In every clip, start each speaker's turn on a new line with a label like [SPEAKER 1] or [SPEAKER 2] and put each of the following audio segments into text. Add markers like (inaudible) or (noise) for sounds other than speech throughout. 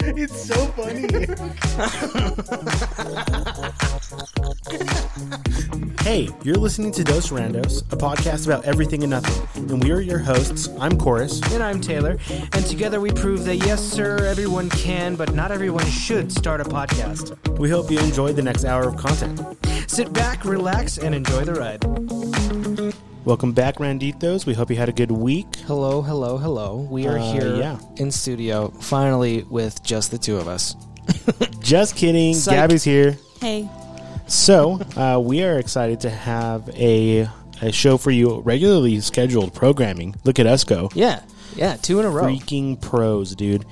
[SPEAKER 1] It's so funny. hey, you're listening to Dos Randos, a podcast about everything and nothing. And we are your hosts. I'm Chorus.
[SPEAKER 2] And I'm Taylor, and together we prove that yes, sir, everyone can, but not everyone should start a podcast.
[SPEAKER 1] We hope you enjoyed the next hour of content.
[SPEAKER 2] Sit back, relax, and enjoy the ride.
[SPEAKER 1] Welcome back, Randitos. We hope you had a good week.
[SPEAKER 3] Hello, hello, hello. We are
[SPEAKER 1] Uh,
[SPEAKER 3] here
[SPEAKER 1] yeah.
[SPEAKER 3] in studio, finally with just the two of us.
[SPEAKER 1] Just kidding.
[SPEAKER 3] Psych.
[SPEAKER 1] Gabby's here.
[SPEAKER 4] Hey,
[SPEAKER 1] So, uh, we are excited to have a, a show for you, regularly scheduled programming. Look at us go.
[SPEAKER 3] Yeah, yeah, two in a row.
[SPEAKER 1] freaking
[SPEAKER 3] (laughs)
[SPEAKER 1] pros, dude.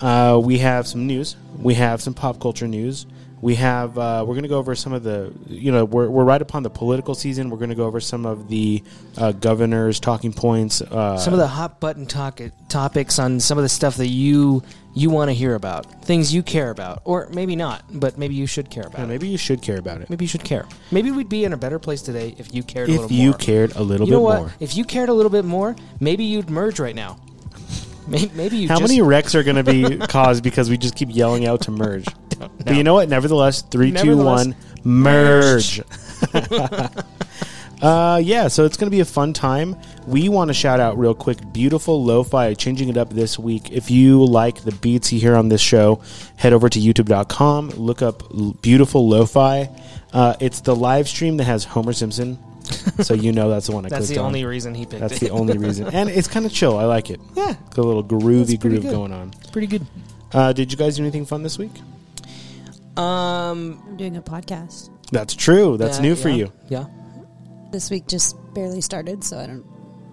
[SPEAKER 1] uh, we have some news. We have some pop culture news. We have. Uh, we're going to go over some of the. You know, we're we're right upon the political season. We're going to go over some of the uh, governor's talking points. Uh,
[SPEAKER 3] Some of the hot button talk- topics on some of the stuff that you you want to hear about, things you care about, or maybe not, but maybe you should care about.
[SPEAKER 1] Yeah,
[SPEAKER 3] it.
[SPEAKER 1] maybe you should care about it.
[SPEAKER 3] Maybe you should care. Maybe we'd be in a better place today if you cared a
[SPEAKER 1] If
[SPEAKER 3] little
[SPEAKER 1] you
[SPEAKER 3] more.
[SPEAKER 1] cared a little
[SPEAKER 3] you know
[SPEAKER 1] bit
[SPEAKER 3] what?
[SPEAKER 1] more.
[SPEAKER 3] If you cared a little bit more, maybe you'd merge right now. (laughs) Maybe, maybe you.
[SPEAKER 1] How
[SPEAKER 3] just, (laughs)
[SPEAKER 1] many wrecks are going to be caused because we just keep yelling out
[SPEAKER 3] (laughs)
[SPEAKER 1] to merge? But you know what? Nevertheless, three, two, one,
[SPEAKER 3] Nevertheless,
[SPEAKER 1] merge. (laughs) uh, yeah, so it's going to be a fun time. We want to shout out real quick Beautiful Lo-Fi, changing it up this week. If you like the beats you hear on this show, head over to youtube.com, look up L- Beautiful Lo-Fi. Uh, it's the live stream that has Homer Simpson, so you know that's the one
[SPEAKER 3] (laughs)
[SPEAKER 1] I
[SPEAKER 3] That's
[SPEAKER 1] clicked
[SPEAKER 3] the
[SPEAKER 1] on.
[SPEAKER 3] only reason he picked
[SPEAKER 1] (laughs) That's
[SPEAKER 3] it.
[SPEAKER 1] the only reason. And it's kind of chill. I like it.
[SPEAKER 3] Yeah.
[SPEAKER 1] Got a little groovy
[SPEAKER 3] pretty
[SPEAKER 1] groove
[SPEAKER 3] good.
[SPEAKER 1] going on.
[SPEAKER 3] (laughs) Pretty good.
[SPEAKER 1] Uh, did you guys do anything fun this week?
[SPEAKER 3] Um,
[SPEAKER 4] I'm doing a podcast.
[SPEAKER 1] That's true. That's
[SPEAKER 3] yeah,
[SPEAKER 1] new for
[SPEAKER 3] yeah,
[SPEAKER 1] you.
[SPEAKER 3] Yeah.
[SPEAKER 4] This week just barely started, so I don't.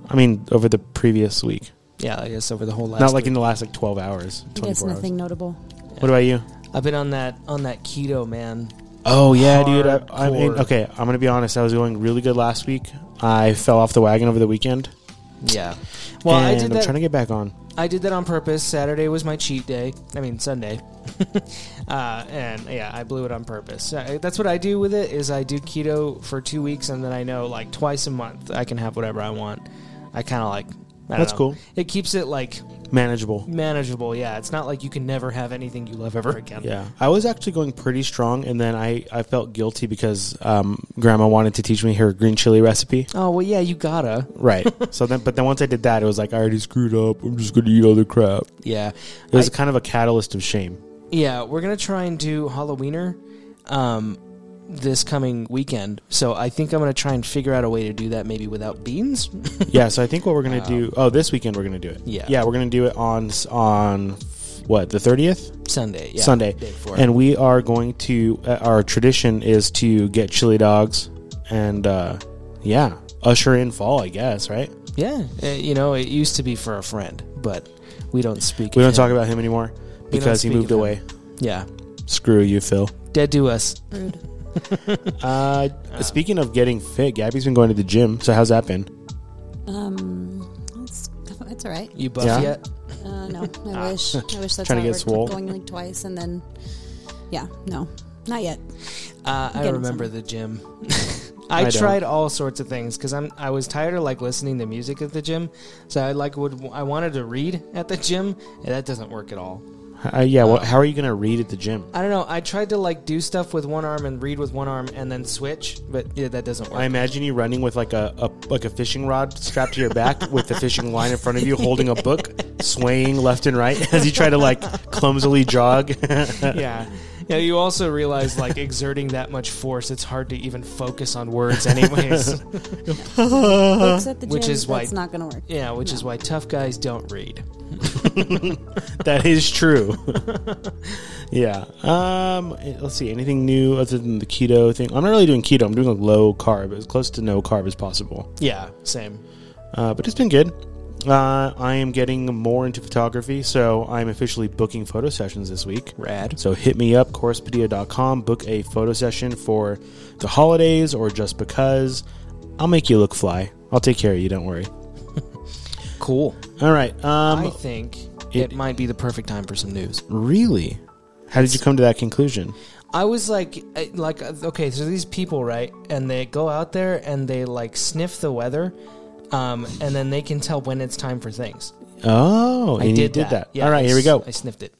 [SPEAKER 1] I mean, over the previous week,
[SPEAKER 3] Yeah, I guess over the whole last.
[SPEAKER 1] not like in
[SPEAKER 3] week.
[SPEAKER 1] the last like twelve hours,
[SPEAKER 4] I guess
[SPEAKER 1] twenty-four hours.
[SPEAKER 4] nothing notable.
[SPEAKER 1] What about you?
[SPEAKER 3] I've been on that on that keto man.
[SPEAKER 1] Oh yeah, dude. I, I
[SPEAKER 3] Hardcore.
[SPEAKER 1] mean, okay. I'm gonna be honest. I was going really good last week. I fell off the wagon over the weekend.
[SPEAKER 3] Yeah. Well, I
[SPEAKER 1] and
[SPEAKER 3] did
[SPEAKER 1] I'm
[SPEAKER 3] that.
[SPEAKER 1] trying to get back on.
[SPEAKER 3] I did that on purpose. Saturday was my cheat day. I mean Sunday. (laughs) uh, and yeah, I blew it on purpose. Uh, That's what I do with it. Is I do keto for two weeks, and then I know like twice a month I can have whatever I want. I kind of like. I don't
[SPEAKER 1] That's
[SPEAKER 3] know.
[SPEAKER 1] cool.
[SPEAKER 3] It keeps it like
[SPEAKER 1] Manageable.
[SPEAKER 3] manageable. Yeah, it's not like you can never have anything you love ever again.
[SPEAKER 1] Yeah, I was actually going pretty strong, and then I, I felt guilty because um, Grandma wanted to teach me her green chili recipe.
[SPEAKER 3] Oh well, yeah, you gotta.
[SPEAKER 1] Right.
[SPEAKER 3] (laughs)
[SPEAKER 1] so then, but then once I did that, it was like I already screwed up. I'm just gonna eat other crap.
[SPEAKER 3] Yeah.
[SPEAKER 1] It was
[SPEAKER 3] I-
[SPEAKER 1] kind of a catalyst of shame.
[SPEAKER 3] Yeah, we're gonna try and do Halloweener um, this coming weekend. So I think I'm gonna try and figure out a way to do that maybe without beans. (laughs)
[SPEAKER 1] Yeah, so I think what we're gonna do. Oh, this weekend we're gonna do it.
[SPEAKER 3] Yeah.
[SPEAKER 1] yeah, we're gonna do it on on what the thirtieth
[SPEAKER 3] Sunday, yeah,
[SPEAKER 1] Sunday,
[SPEAKER 3] day before.
[SPEAKER 1] and we are going to. Uh, our tradition is to get chili dogs, and uh, yeah, usher in fall. I guess right.
[SPEAKER 3] yeah, uh, you know, it used to be for a friend, but we don't speak.
[SPEAKER 1] We
[SPEAKER 3] of
[SPEAKER 1] don't
[SPEAKER 3] him.
[SPEAKER 1] talk about him anymore because he
[SPEAKER 3] speak
[SPEAKER 1] moved
[SPEAKER 3] of him.
[SPEAKER 1] away.
[SPEAKER 3] Yeah,
[SPEAKER 1] Screw you,
[SPEAKER 3] (laughs)
[SPEAKER 1] Phil.
[SPEAKER 3] dead to us.
[SPEAKER 4] Rude.
[SPEAKER 1] Uh, speaking of getting fit, Gabby's been going to the gym. So how's that been?
[SPEAKER 4] Um, that's, that's all right.
[SPEAKER 3] You buff
[SPEAKER 1] Yeah.
[SPEAKER 3] yet?
[SPEAKER 4] Uh, no, I wish. I wish that's
[SPEAKER 1] Ah. Trying to get
[SPEAKER 4] how it worked.
[SPEAKER 1] swole.
[SPEAKER 4] Going like twice, and then, yeah, no, not yet.
[SPEAKER 3] Uh, I
[SPEAKER 4] Getting
[SPEAKER 3] remember
[SPEAKER 4] some.
[SPEAKER 3] the gym. (laughs) I,
[SPEAKER 1] I don't.
[SPEAKER 3] tried all sorts of things because I'm I was tired of like listening to music at the gym, so I like would I wanted to read at the gym, and that doesn't work at all.
[SPEAKER 1] Uh, yeah. Well, how are you gonna read at the gym?
[SPEAKER 3] I don't know. I tried to like do stuff with one arm and read with one arm and then switch, but yeah, that doesn't work.
[SPEAKER 1] I imagine you running with like a, a like a fishing rod strapped to your back with the fishing line in front of you, holding a book, swaying left and right as you try to like clumsily jog. (laughs)
[SPEAKER 3] yeah. Yeah, you also realize like exerting that much force, it's hard to even focus on words
[SPEAKER 1] (laughs)
[SPEAKER 3] anyways.
[SPEAKER 1] Uh-huh.
[SPEAKER 4] Folks at the gym,
[SPEAKER 3] which is why-
[SPEAKER 4] that's not going to work.
[SPEAKER 3] yeah, which is why tough guys don't read.
[SPEAKER 1] that is true. (laughs) yeah. Um. Let's see. Anything new other than the keto thing? I'm not really doing keto. I'm doing like low carb, as close to no carb as possible.
[SPEAKER 3] Yeah, same.
[SPEAKER 1] Uh, but it's been good. Uh, I am getting more into photography, so I'm officially booking photo sessions this week.
[SPEAKER 3] Rad.
[SPEAKER 1] So hit me up, choruspedia.com, book a photo session for the holidays or just because. I'll make you look fly. I'll take care of you, don't worry.
[SPEAKER 3] Cool.
[SPEAKER 1] All right.
[SPEAKER 3] I
[SPEAKER 1] Um
[SPEAKER 3] think it
[SPEAKER 1] it-
[SPEAKER 3] might be the perfect time for some news.
[SPEAKER 1] really? How did you come to that conclusion?
[SPEAKER 3] I was like, I- like, uh, okay, so these people, right? And they go out there and they like sniff the weather, um, and then they can tell when it's time for things.
[SPEAKER 1] Oh, and
[SPEAKER 3] I
[SPEAKER 1] you
[SPEAKER 3] did,
[SPEAKER 1] did that.
[SPEAKER 3] Yeah,
[SPEAKER 1] All right,
[SPEAKER 3] I
[SPEAKER 1] here we
[SPEAKER 3] s-
[SPEAKER 1] go.
[SPEAKER 3] I sniffed it.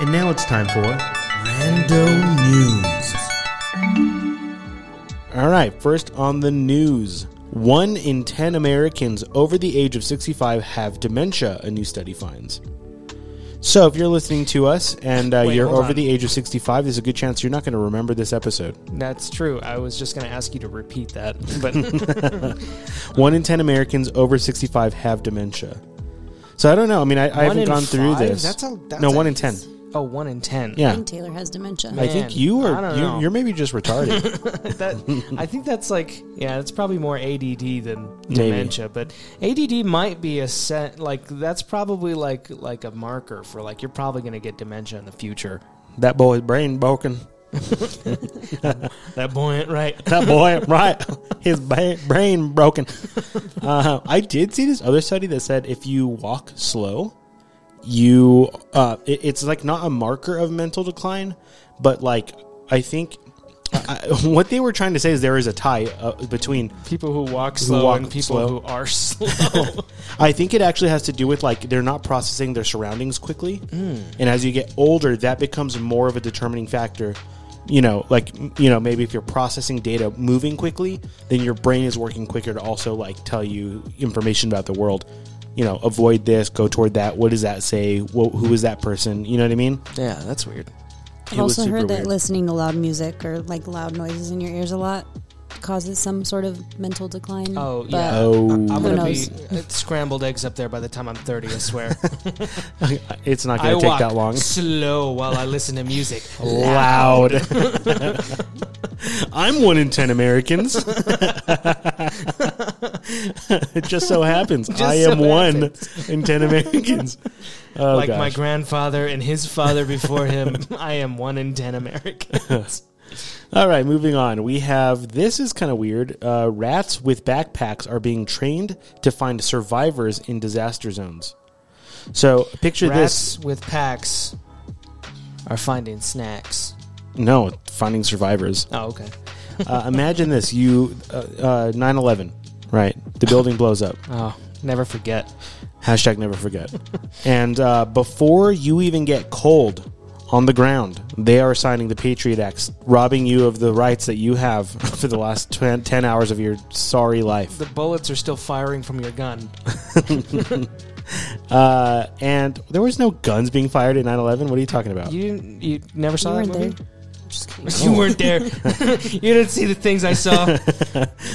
[SPEAKER 1] And now it's time for All right, first on the news. One in 10 Americans over the age of 65 have dementia, a new study finds. So, if you're listening to us and uh,
[SPEAKER 3] Wait,
[SPEAKER 1] you're
[SPEAKER 3] hold
[SPEAKER 1] over
[SPEAKER 3] on.
[SPEAKER 1] the age of 65, there's a good chance you're not going to remember this episode.
[SPEAKER 3] That's true. I was just going to ask you to repeat that, but
[SPEAKER 1] (laughs) One in 10 Americans over 65 have dementia. So, I don't know. I mean, I, I haven't
[SPEAKER 3] in
[SPEAKER 1] gone through
[SPEAKER 3] five?
[SPEAKER 1] this.
[SPEAKER 3] That's a- that's
[SPEAKER 1] no,
[SPEAKER 3] a-
[SPEAKER 1] one in 10.
[SPEAKER 3] oh, one in ten.
[SPEAKER 1] Yeah.
[SPEAKER 4] And Taylor has dementia.
[SPEAKER 1] I
[SPEAKER 3] Man,
[SPEAKER 1] think you
[SPEAKER 3] I
[SPEAKER 1] are,
[SPEAKER 3] don't
[SPEAKER 1] you,
[SPEAKER 3] know.
[SPEAKER 1] you're maybe
[SPEAKER 3] (laughs)
[SPEAKER 1] just retarded.
[SPEAKER 3] that I think that's like yeah, that's probably more ADD than dementia, but ADD might be a set like that's probably like like a marker for like you're probably going to get dementia in the future.
[SPEAKER 1] that boy's brain broken.
[SPEAKER 3] That buoyant, right? (laughs)
[SPEAKER 1] that boy, right? His ba- brain broken. Uh, I did see this other study that said if you walk slow, you uh, it- it's like not a marker of mental decline, but like I think I, I- (laughs) what they were trying to say is there is a tie uh, between.
[SPEAKER 3] People who walk slow
[SPEAKER 1] walk
[SPEAKER 3] and people
[SPEAKER 1] slow.
[SPEAKER 3] who are (laughs) slow.
[SPEAKER 1] (laughs) I think it actually has to do with like they're not processing their surroundings quickly, and as you get older, that becomes more of a determining factor. You know, like m- you know, maybe if you're processing data moving quickly, then your brain is working quicker to also like tell you information about the world. You know, avoid this, go toward that. What does that say? Wh- who is that person? You know what I mean?
[SPEAKER 3] yeah, that's weird.
[SPEAKER 1] It
[SPEAKER 4] I've
[SPEAKER 1] was
[SPEAKER 4] also
[SPEAKER 1] super
[SPEAKER 4] heard that
[SPEAKER 1] weird.
[SPEAKER 4] listening to loud music or like loud noises in your ears a lot causes some sort of mental decline.
[SPEAKER 3] Oh,
[SPEAKER 4] But
[SPEAKER 3] yeah.
[SPEAKER 1] Oh,
[SPEAKER 4] (laughs)
[SPEAKER 3] I'm
[SPEAKER 4] Who
[SPEAKER 3] gonna be
[SPEAKER 4] knows?
[SPEAKER 3] uh, scrambled eggs up there by the time I'm 30. I swear.
[SPEAKER 1] (laughs) (laughs) it's not
[SPEAKER 3] I
[SPEAKER 1] going to
[SPEAKER 3] walk
[SPEAKER 1] take that long.
[SPEAKER 3] slow while I listen to
[SPEAKER 1] (laughs)
[SPEAKER 3] music.
[SPEAKER 1] Loud. (laughs) I'm one in
[SPEAKER 3] (laughs)
[SPEAKER 1] ten Americans. it just so happens I
[SPEAKER 3] so
[SPEAKER 1] am one in ten Americans.
[SPEAKER 3] (laughs)
[SPEAKER 1] Oh,
[SPEAKER 3] like my
[SPEAKER 1] gosh.
[SPEAKER 3] grandfather and his father before
[SPEAKER 1] (laughs)
[SPEAKER 3] him, I am one in ten Americans.
[SPEAKER 1] All right, moving on. We have this is kind of weird. Uh, rats with backpacks are being trained to find survivors in disaster zones. So picture
[SPEAKER 3] Rats with packs are finding snacks.
[SPEAKER 1] this. No, finding survivors.
[SPEAKER 3] Oh, okay.
[SPEAKER 1] Uh, imagine this. You uh, uh, 9/11, right? The building blows up.
[SPEAKER 3] Oh, never forget.
[SPEAKER 1] Hashtag never forget. and uh, before you even get cold on the ground, they are signing the Patriot Act, robbing you of the rights that you have (laughs) for the last 10, 10 hours of your sorry life.
[SPEAKER 3] The bullets are still firing from your gun.
[SPEAKER 1] Uh, and there was no guns being fired at 9 11. What are you talking about?
[SPEAKER 3] You didn't, you never
[SPEAKER 4] you
[SPEAKER 3] saw
[SPEAKER 4] weren't
[SPEAKER 3] that
[SPEAKER 4] there.
[SPEAKER 3] movie?
[SPEAKER 4] I'm Just kidding.
[SPEAKER 3] (laughs) You weren't there. you didn't see the things I saw.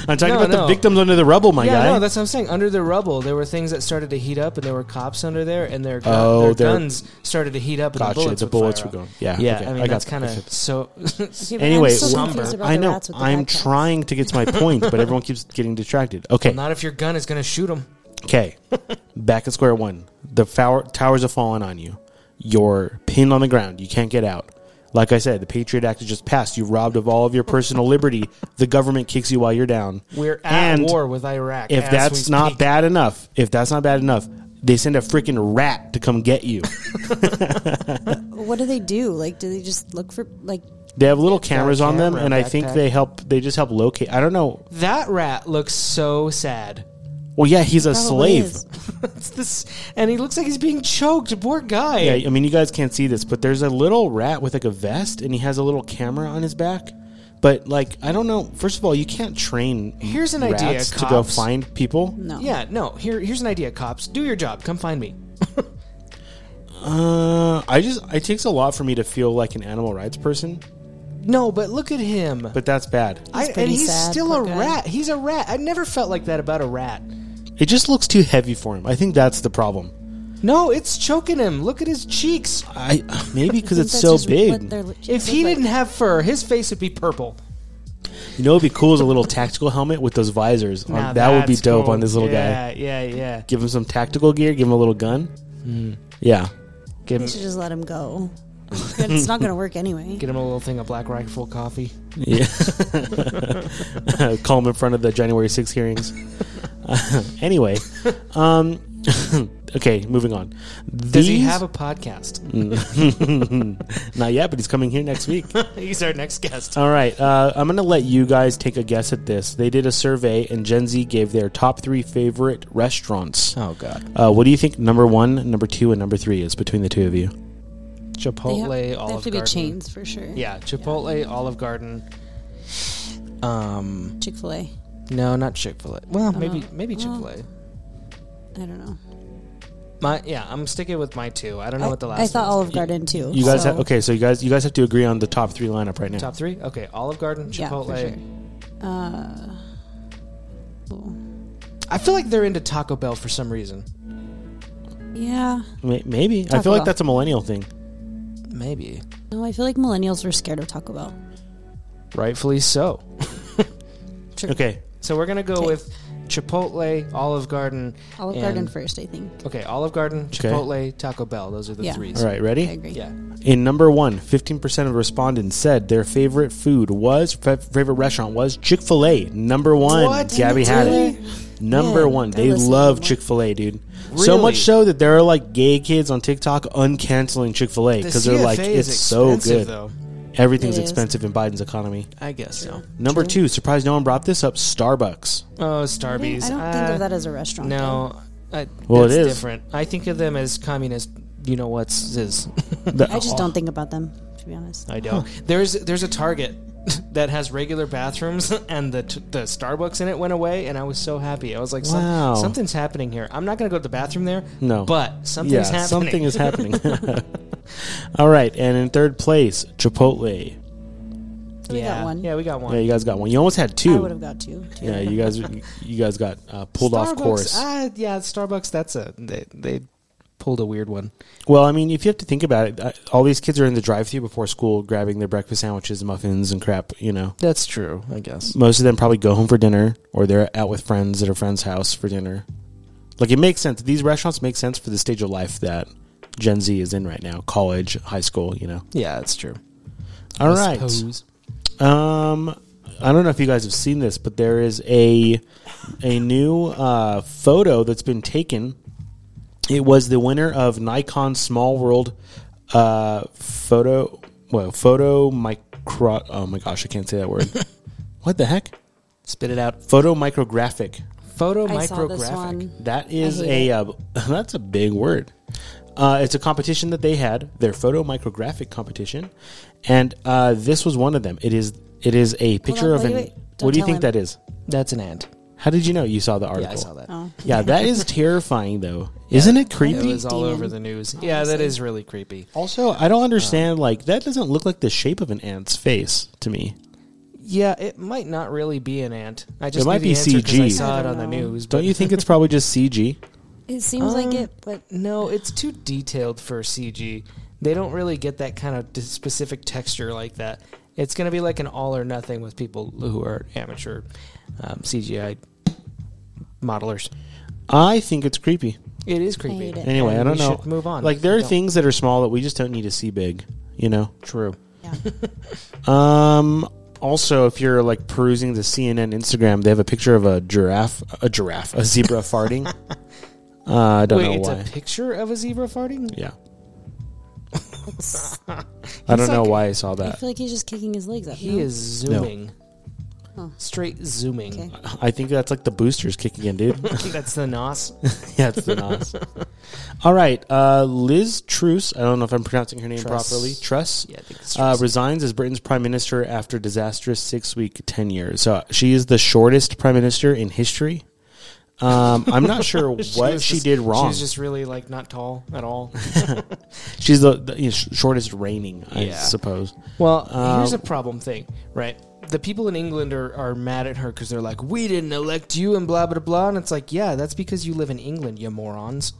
[SPEAKER 1] I'm talking
[SPEAKER 3] No,
[SPEAKER 1] about
[SPEAKER 3] no.
[SPEAKER 1] the victims under the rubble, (laughs) my
[SPEAKER 3] yeah,
[SPEAKER 1] guy.
[SPEAKER 3] no, that's what I'm saying. Under the rubble, there were things that started to heat up, and there were cops under there, and their, gu-
[SPEAKER 1] Oh,
[SPEAKER 3] their
[SPEAKER 1] they're-
[SPEAKER 3] guns started to heat up, and
[SPEAKER 1] Gotcha,
[SPEAKER 3] the bullets,
[SPEAKER 1] the
[SPEAKER 3] would
[SPEAKER 1] bullets
[SPEAKER 3] fire
[SPEAKER 1] were
[SPEAKER 3] up.
[SPEAKER 1] going. Yeah,
[SPEAKER 3] yeah.
[SPEAKER 1] okay,
[SPEAKER 3] I mean,
[SPEAKER 1] I got
[SPEAKER 3] that's
[SPEAKER 1] that.
[SPEAKER 3] kind of
[SPEAKER 1] Okay.
[SPEAKER 3] so. (laughs)
[SPEAKER 4] Okay,
[SPEAKER 1] (laughs)
[SPEAKER 4] but
[SPEAKER 1] Anyway,
[SPEAKER 4] I'm still
[SPEAKER 1] wha-
[SPEAKER 4] confused about
[SPEAKER 1] I
[SPEAKER 4] the
[SPEAKER 1] know.
[SPEAKER 4] rats with the
[SPEAKER 1] I'm
[SPEAKER 4] backpacks.
[SPEAKER 1] trying to get to my point, but everyone keeps
[SPEAKER 3] (laughs)
[SPEAKER 1] getting distracted. Okay.
[SPEAKER 3] Not if your gun is going to shoot them.
[SPEAKER 1] Okay, back at square one. The fower, towers have fallen on you. You're pinned on the ground. You can't get out. Like I said, the Patriot Act has just passed. You robbed of all of your personal liberty. The government kicks you while you're down.
[SPEAKER 3] We're at
[SPEAKER 1] And
[SPEAKER 3] war with Iraq.
[SPEAKER 1] If
[SPEAKER 3] as we
[SPEAKER 1] that's
[SPEAKER 3] speak.
[SPEAKER 1] not bad enough, if that's not bad enough, they send a freaking rat to come get you.
[SPEAKER 4] What do they do? Like, do they just look for like?
[SPEAKER 1] They have little
[SPEAKER 3] a
[SPEAKER 1] cameras on them,
[SPEAKER 3] camera
[SPEAKER 1] and I think
[SPEAKER 3] backpack.
[SPEAKER 1] they help. They just help locate. I don't know.
[SPEAKER 3] That rat looks so sad. (laughs)
[SPEAKER 1] Well, yeah, he's a
[SPEAKER 4] probably
[SPEAKER 1] slave.
[SPEAKER 4] is.
[SPEAKER 3] It's this, and he looks like he's being choked. Poor guy.
[SPEAKER 1] Yeah, I mean, you guys can't see this, but there's a little rat with like a vest, and he has a little camera on his back. But like, I don't know. First of all, you can't train.
[SPEAKER 3] Here's an
[SPEAKER 1] rats
[SPEAKER 3] idea,
[SPEAKER 1] to go
[SPEAKER 3] cops.
[SPEAKER 1] find people.
[SPEAKER 4] No.
[SPEAKER 3] Yeah, no. Here, here's an idea, cops. Do your job. Come find me.
[SPEAKER 1] Uh, I just it takes a lot for me to feel like an animal rights person,
[SPEAKER 3] No, but look at him.
[SPEAKER 1] but that's bad.
[SPEAKER 3] I, and
[SPEAKER 4] pretty
[SPEAKER 3] he's
[SPEAKER 4] sad,
[SPEAKER 3] still
[SPEAKER 4] poor
[SPEAKER 3] a
[SPEAKER 4] guy.
[SPEAKER 3] rat. He's a rat. I never felt like that about a rat.
[SPEAKER 1] It just looks too heavy for him. I think that's the problem.
[SPEAKER 3] No, it's choking him. Look at his cheeks. (laughs)
[SPEAKER 1] I maybe because
[SPEAKER 4] That's
[SPEAKER 1] it's so
[SPEAKER 4] just what
[SPEAKER 1] big.
[SPEAKER 4] their li-
[SPEAKER 3] If
[SPEAKER 4] look
[SPEAKER 3] he
[SPEAKER 4] like.
[SPEAKER 3] didn't have fur, his face would be purple.
[SPEAKER 1] You know, it'd be cool as a little tactical helmet with those visors. on.
[SPEAKER 3] Now
[SPEAKER 1] Um, that would be
[SPEAKER 3] that's
[SPEAKER 1] dope
[SPEAKER 3] cool.
[SPEAKER 1] on this little
[SPEAKER 3] yeah,
[SPEAKER 1] guy.
[SPEAKER 3] Yeah, yeah,
[SPEAKER 1] Give him some tactical gear. Give him a little gun.
[SPEAKER 3] Hmm.
[SPEAKER 1] Yeah.
[SPEAKER 3] Give him,
[SPEAKER 4] They should just let him go.
[SPEAKER 3] (laughs)
[SPEAKER 4] it's not going to work anyway.
[SPEAKER 3] get him a little thing of Black Rifle coffee.
[SPEAKER 1] (laughs) Yeah. Call him in front of the January 6 hearings. anyway, Uh, um, (coughs) Okay, moving on.
[SPEAKER 3] Does he
[SPEAKER 1] (laughs)
[SPEAKER 3] have a podcast?
[SPEAKER 1] Not yet, but he's coming here next week.
[SPEAKER 3] (laughs) He's our next guest.
[SPEAKER 1] All right, uh, I'm going to let you guys take a guess at this. They did a survey, and Gen Z gave their top three favorite restaurants.
[SPEAKER 3] Oh God,
[SPEAKER 1] Uh, what do you think number one, number two, and number three is between the two of you?
[SPEAKER 4] They
[SPEAKER 3] Chipotle,
[SPEAKER 4] have, they
[SPEAKER 3] Olive
[SPEAKER 4] have to be
[SPEAKER 3] Garden.
[SPEAKER 4] chains for sure.
[SPEAKER 3] Yeah, Chipotle, Olive Garden. Um,
[SPEAKER 4] Chick Fil A.
[SPEAKER 3] no, not Chick Fil A. Well, maybe
[SPEAKER 4] know.
[SPEAKER 3] maybe Chick
[SPEAKER 4] Well,
[SPEAKER 3] Fil A.
[SPEAKER 4] I don't know.
[SPEAKER 3] My yeah, I'm sticking with my two. I don't know
[SPEAKER 4] I,
[SPEAKER 3] what the last.
[SPEAKER 4] I thought
[SPEAKER 3] one
[SPEAKER 4] Olive Garden too.
[SPEAKER 1] You guys
[SPEAKER 4] so-
[SPEAKER 1] have okay, so you guys you guys have to agree on the top three lineup right now.
[SPEAKER 3] is. top three. Okay, Olive Garden,
[SPEAKER 4] Yeah, for
[SPEAKER 3] Chipotle.
[SPEAKER 4] sure. Uh, cool.
[SPEAKER 3] I feel like they're into Taco Bell for some reason.
[SPEAKER 4] yeah.
[SPEAKER 1] May- Maybe I
[SPEAKER 4] Taco
[SPEAKER 1] feel like
[SPEAKER 4] Bell.
[SPEAKER 1] that's a millennial thing.
[SPEAKER 3] Maybe
[SPEAKER 4] No, I feel like millennials are scared of Taco Bell.
[SPEAKER 3] rightfully so.
[SPEAKER 1] Okay,
[SPEAKER 3] So we're gonna go
[SPEAKER 4] Okay.
[SPEAKER 3] with Chipotle, Olive Garden.
[SPEAKER 4] Olive
[SPEAKER 3] and-
[SPEAKER 4] Garden first, I think.
[SPEAKER 3] Okay, Olive Garden, Chipotle, Taco Bell. Those are the
[SPEAKER 4] Yeah.
[SPEAKER 3] threes.
[SPEAKER 1] all right, ready?
[SPEAKER 4] I agree.
[SPEAKER 3] Yeah.
[SPEAKER 1] In number one, 15% of respondents said their favorite food was, fa- favorite restaurant was Chick fil A. Number one,
[SPEAKER 3] What?
[SPEAKER 1] Gabby had it.
[SPEAKER 4] Really?
[SPEAKER 1] Number
[SPEAKER 4] Man,
[SPEAKER 1] one,
[SPEAKER 4] I
[SPEAKER 1] they
[SPEAKER 4] listen
[SPEAKER 1] love
[SPEAKER 4] to them.
[SPEAKER 1] Chick fil A, dude. So much
[SPEAKER 3] Really?
[SPEAKER 1] so that there are like gay kids on TikTok uncanceling Chick fil A
[SPEAKER 3] The
[SPEAKER 1] because they're like,
[SPEAKER 3] CFA is
[SPEAKER 1] it's so
[SPEAKER 3] expensive,
[SPEAKER 1] good.
[SPEAKER 3] Though
[SPEAKER 1] Everything's
[SPEAKER 4] It is.
[SPEAKER 1] expensive in Biden's economy.
[SPEAKER 3] I guess so.
[SPEAKER 1] Number two, surprised no one brought this up Starbucks.
[SPEAKER 3] Oh,
[SPEAKER 4] I don't,
[SPEAKER 3] Starbucks.
[SPEAKER 4] I don't think
[SPEAKER 3] Uh,
[SPEAKER 4] of that as a restaurant.
[SPEAKER 3] No, I,
[SPEAKER 1] Well, it
[SPEAKER 3] that's
[SPEAKER 1] is.
[SPEAKER 3] different. I think of them as communist. You know what's
[SPEAKER 1] (laughs)
[SPEAKER 3] is.
[SPEAKER 1] The-
[SPEAKER 4] though. I just don't think about them, to be honest.
[SPEAKER 3] I don't. There's there's a Target (laughs) that has regular bathrooms, (laughs) and the t- the Starbucks in it went away, and I was so happy. I was like, "Some-
[SPEAKER 1] Wow.
[SPEAKER 3] something's happening here. I'm not gonna go to the bathroom there.
[SPEAKER 1] No.
[SPEAKER 3] but something's happening.
[SPEAKER 1] something is happening. (laughs) all right, and in third place, Chipotle.
[SPEAKER 4] We got one.
[SPEAKER 3] Yeah, we got one.
[SPEAKER 1] Yeah, you guys got one. You almost had
[SPEAKER 4] I
[SPEAKER 1] two.
[SPEAKER 4] would have got two. too.
[SPEAKER 1] Yeah, you guys, you guys got uh, pulled off
[SPEAKER 3] Starbucks,
[SPEAKER 1] course.
[SPEAKER 3] Uh, yeah, Starbucks. That's a they they pulled a weird one.
[SPEAKER 1] well, I mean, if you have to think about it, I, all these kids are in the drive-through before school, grabbing their breakfast sandwiches, muffins, and crap. You know,
[SPEAKER 3] That's true. I guess.
[SPEAKER 1] most of them probably go home for dinner, or they're out with friends at a friend's house for dinner. Like it makes sense. These restaurants make sense for the stage of life that Gen Z is in right now: college, high school. You know.
[SPEAKER 3] Yeah, that's true.
[SPEAKER 1] All
[SPEAKER 3] I
[SPEAKER 1] right.
[SPEAKER 3] suppose.
[SPEAKER 1] Um, I don't know if you guys have seen this, but there is a a new uh, photo that's been taken. It was the winner of Nikon Small World uh, photo. Well, photo micro. Oh my gosh, I can't say that word. (laughs) what the heck?
[SPEAKER 3] Spit it out.
[SPEAKER 1] Photo micrographic.
[SPEAKER 3] Photo
[SPEAKER 4] I saw this
[SPEAKER 3] micrographic.
[SPEAKER 4] one.
[SPEAKER 1] That is
[SPEAKER 4] I
[SPEAKER 1] a
[SPEAKER 4] hate
[SPEAKER 1] uh, (laughs) that's a big word. Uh, it's a competition that they had, their photo micrographic competition, and uh, this was one of them. It is it is a picture
[SPEAKER 4] on,
[SPEAKER 1] of
[SPEAKER 4] wait,
[SPEAKER 1] an.
[SPEAKER 4] wait. Don't
[SPEAKER 1] What do you
[SPEAKER 4] tell
[SPEAKER 1] think
[SPEAKER 4] him.
[SPEAKER 1] that is?
[SPEAKER 3] That's an ant.
[SPEAKER 1] How did you know? You saw the
[SPEAKER 3] Yeah,
[SPEAKER 1] article.
[SPEAKER 3] I saw that.
[SPEAKER 4] Oh.
[SPEAKER 1] Yeah,
[SPEAKER 3] (laughs)
[SPEAKER 1] that is terrifying though. Isn't it
[SPEAKER 3] It
[SPEAKER 1] creepy?
[SPEAKER 3] was all
[SPEAKER 4] Dan,
[SPEAKER 3] over the news. Yeah, that
[SPEAKER 4] honestly.
[SPEAKER 3] is really creepy.
[SPEAKER 1] also, I don't understand. like that doesn't look like the shape of an ant's face to me.
[SPEAKER 3] Yeah, it might not really be an ant. I just
[SPEAKER 1] It might
[SPEAKER 3] knew
[SPEAKER 1] be
[SPEAKER 3] the answer 'cause I
[SPEAKER 1] CG.
[SPEAKER 3] saw
[SPEAKER 4] I
[SPEAKER 3] it on
[SPEAKER 4] don't
[SPEAKER 3] the
[SPEAKER 4] know.
[SPEAKER 3] news.
[SPEAKER 1] Don't
[SPEAKER 3] but-
[SPEAKER 1] you think it's probably just CG?
[SPEAKER 4] It seems like
[SPEAKER 3] Uh,
[SPEAKER 4] it, but
[SPEAKER 3] No, it's too detailed for CG. They don't really get that kind of d- specific texture like that. It's going to be like an all or nothing with people who are amateur um, CGI modelers.
[SPEAKER 1] I think it's creepy.
[SPEAKER 3] It is creepy.
[SPEAKER 4] hate it.
[SPEAKER 1] Anyway,
[SPEAKER 3] And
[SPEAKER 1] I don't
[SPEAKER 3] we
[SPEAKER 1] know.
[SPEAKER 3] Should move on.
[SPEAKER 1] Like there
[SPEAKER 3] We
[SPEAKER 1] are
[SPEAKER 3] don't.
[SPEAKER 1] things that are small that we just don't need to see big. You know.
[SPEAKER 3] True. (laughs)
[SPEAKER 4] yeah.
[SPEAKER 1] Um. Also, if you're like perusing the CNN Instagram, they have a picture of a giraffe, a giraffe, a
[SPEAKER 3] (laughs)
[SPEAKER 1] zebra farting. Uh, I don't
[SPEAKER 3] Wait,
[SPEAKER 1] know
[SPEAKER 3] it's
[SPEAKER 1] why.
[SPEAKER 3] a picture of a zebra farting. (laughs)
[SPEAKER 1] yeah,
[SPEAKER 4] It's-
[SPEAKER 1] I don't know
[SPEAKER 3] like-
[SPEAKER 1] why I saw
[SPEAKER 4] I
[SPEAKER 1] that.
[SPEAKER 4] feel like he's just kicking his legs up.
[SPEAKER 3] He
[SPEAKER 4] no?
[SPEAKER 3] is zooming.
[SPEAKER 4] Huh.
[SPEAKER 3] Straight zooming.
[SPEAKER 4] Okay.
[SPEAKER 1] I think that's like the boosters kicking in, dude. (laughs)
[SPEAKER 3] That's the nos.
[SPEAKER 1] yeah, it's
[SPEAKER 3] (laughs)
[SPEAKER 1] the Nas. All right, uh, Liz Truss. I don't know if I'm pronouncing her name
[SPEAKER 3] Truss.
[SPEAKER 1] properly. Truss.
[SPEAKER 3] Yeah, I think it's
[SPEAKER 1] Uh,
[SPEAKER 3] Truss.
[SPEAKER 1] resigns as Britain's prime minister after disastrous six-week tenure. So she is the shortest prime minister in history. Um, I'm
[SPEAKER 3] (laughs)
[SPEAKER 1] not sure what
[SPEAKER 3] was
[SPEAKER 1] she
[SPEAKER 3] just-
[SPEAKER 1] did wrong.
[SPEAKER 3] She's just really like not tall at all.
[SPEAKER 1] (laughs) She's the, the you know, sh- shortest reigning, I
[SPEAKER 3] Yeah.
[SPEAKER 1] suppose.
[SPEAKER 3] Well,
[SPEAKER 1] Uh,
[SPEAKER 3] here's a problem thing, right? The people in England are, are mad at her because they're like, we didn't elect you and blah, blah, blah. And it's like, yeah, that's because you live in England, you morons.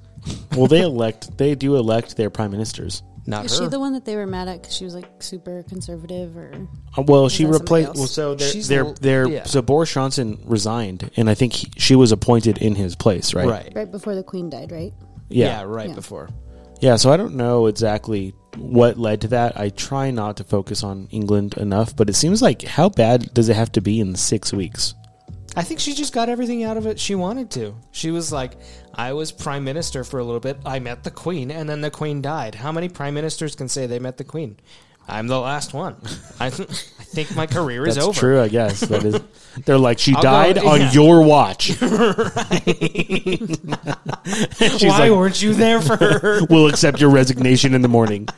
[SPEAKER 1] Well, they elect, they do elect their prime ministers.
[SPEAKER 3] Not
[SPEAKER 4] Is
[SPEAKER 3] her.
[SPEAKER 4] she the one that they were mad at because she was like super conservative or
[SPEAKER 1] Uh, Well, she
[SPEAKER 4] that somebody
[SPEAKER 1] replaced.
[SPEAKER 4] else?
[SPEAKER 1] Well, so they're,
[SPEAKER 3] She's
[SPEAKER 1] they're,
[SPEAKER 3] l-
[SPEAKER 1] they're
[SPEAKER 3] yeah.
[SPEAKER 1] so Boris Johnson resigned, and I think he, she was appointed in his place, right?
[SPEAKER 3] right.
[SPEAKER 4] right before the queen died, right?
[SPEAKER 1] Yeah.
[SPEAKER 3] Yeah,
[SPEAKER 1] yeah,
[SPEAKER 3] right
[SPEAKER 4] Yeah.
[SPEAKER 3] before.
[SPEAKER 1] So I don't know exactly what led to that. I try not to focus on England enough, but it seems like how bad does it have to be in six weeks?
[SPEAKER 3] I think she just got everything out of it she wanted to. She was like, I was prime minister for a little bit. I met the queen, and then the queen died. How many prime ministers can say they met the queen? I'm the last one. I, th- I think my career is
[SPEAKER 1] That's
[SPEAKER 3] over.
[SPEAKER 1] true, I guess.
[SPEAKER 3] (laughs)
[SPEAKER 1] That is. They're like she
[SPEAKER 3] I'll go-
[SPEAKER 1] died on
[SPEAKER 3] yeah.
[SPEAKER 1] your
[SPEAKER 3] (laughs)
[SPEAKER 1] watch. (laughs) She's
[SPEAKER 3] Why
[SPEAKER 1] like,
[SPEAKER 3] weren't you there for her?
[SPEAKER 1] (laughs) we'll accept your resignation in the morning.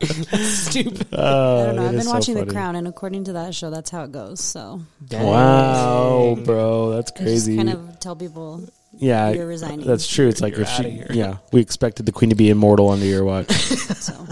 [SPEAKER 3] Stupid.
[SPEAKER 4] I don't know.
[SPEAKER 1] that
[SPEAKER 4] I've
[SPEAKER 1] is
[SPEAKER 4] been
[SPEAKER 1] so
[SPEAKER 4] watching
[SPEAKER 1] funny.
[SPEAKER 4] The Crown, and according to that show, that's how it goes. So
[SPEAKER 1] Wow, bro, that's
[SPEAKER 4] I just
[SPEAKER 1] crazy.
[SPEAKER 4] kind of tell people
[SPEAKER 1] yeah,
[SPEAKER 4] you're resigning.
[SPEAKER 1] that's true. It's like
[SPEAKER 3] You're
[SPEAKER 1] if
[SPEAKER 3] outta
[SPEAKER 1] she,
[SPEAKER 3] here.
[SPEAKER 1] yeah, we expected the queen to be immortal under your watch.
[SPEAKER 4] so.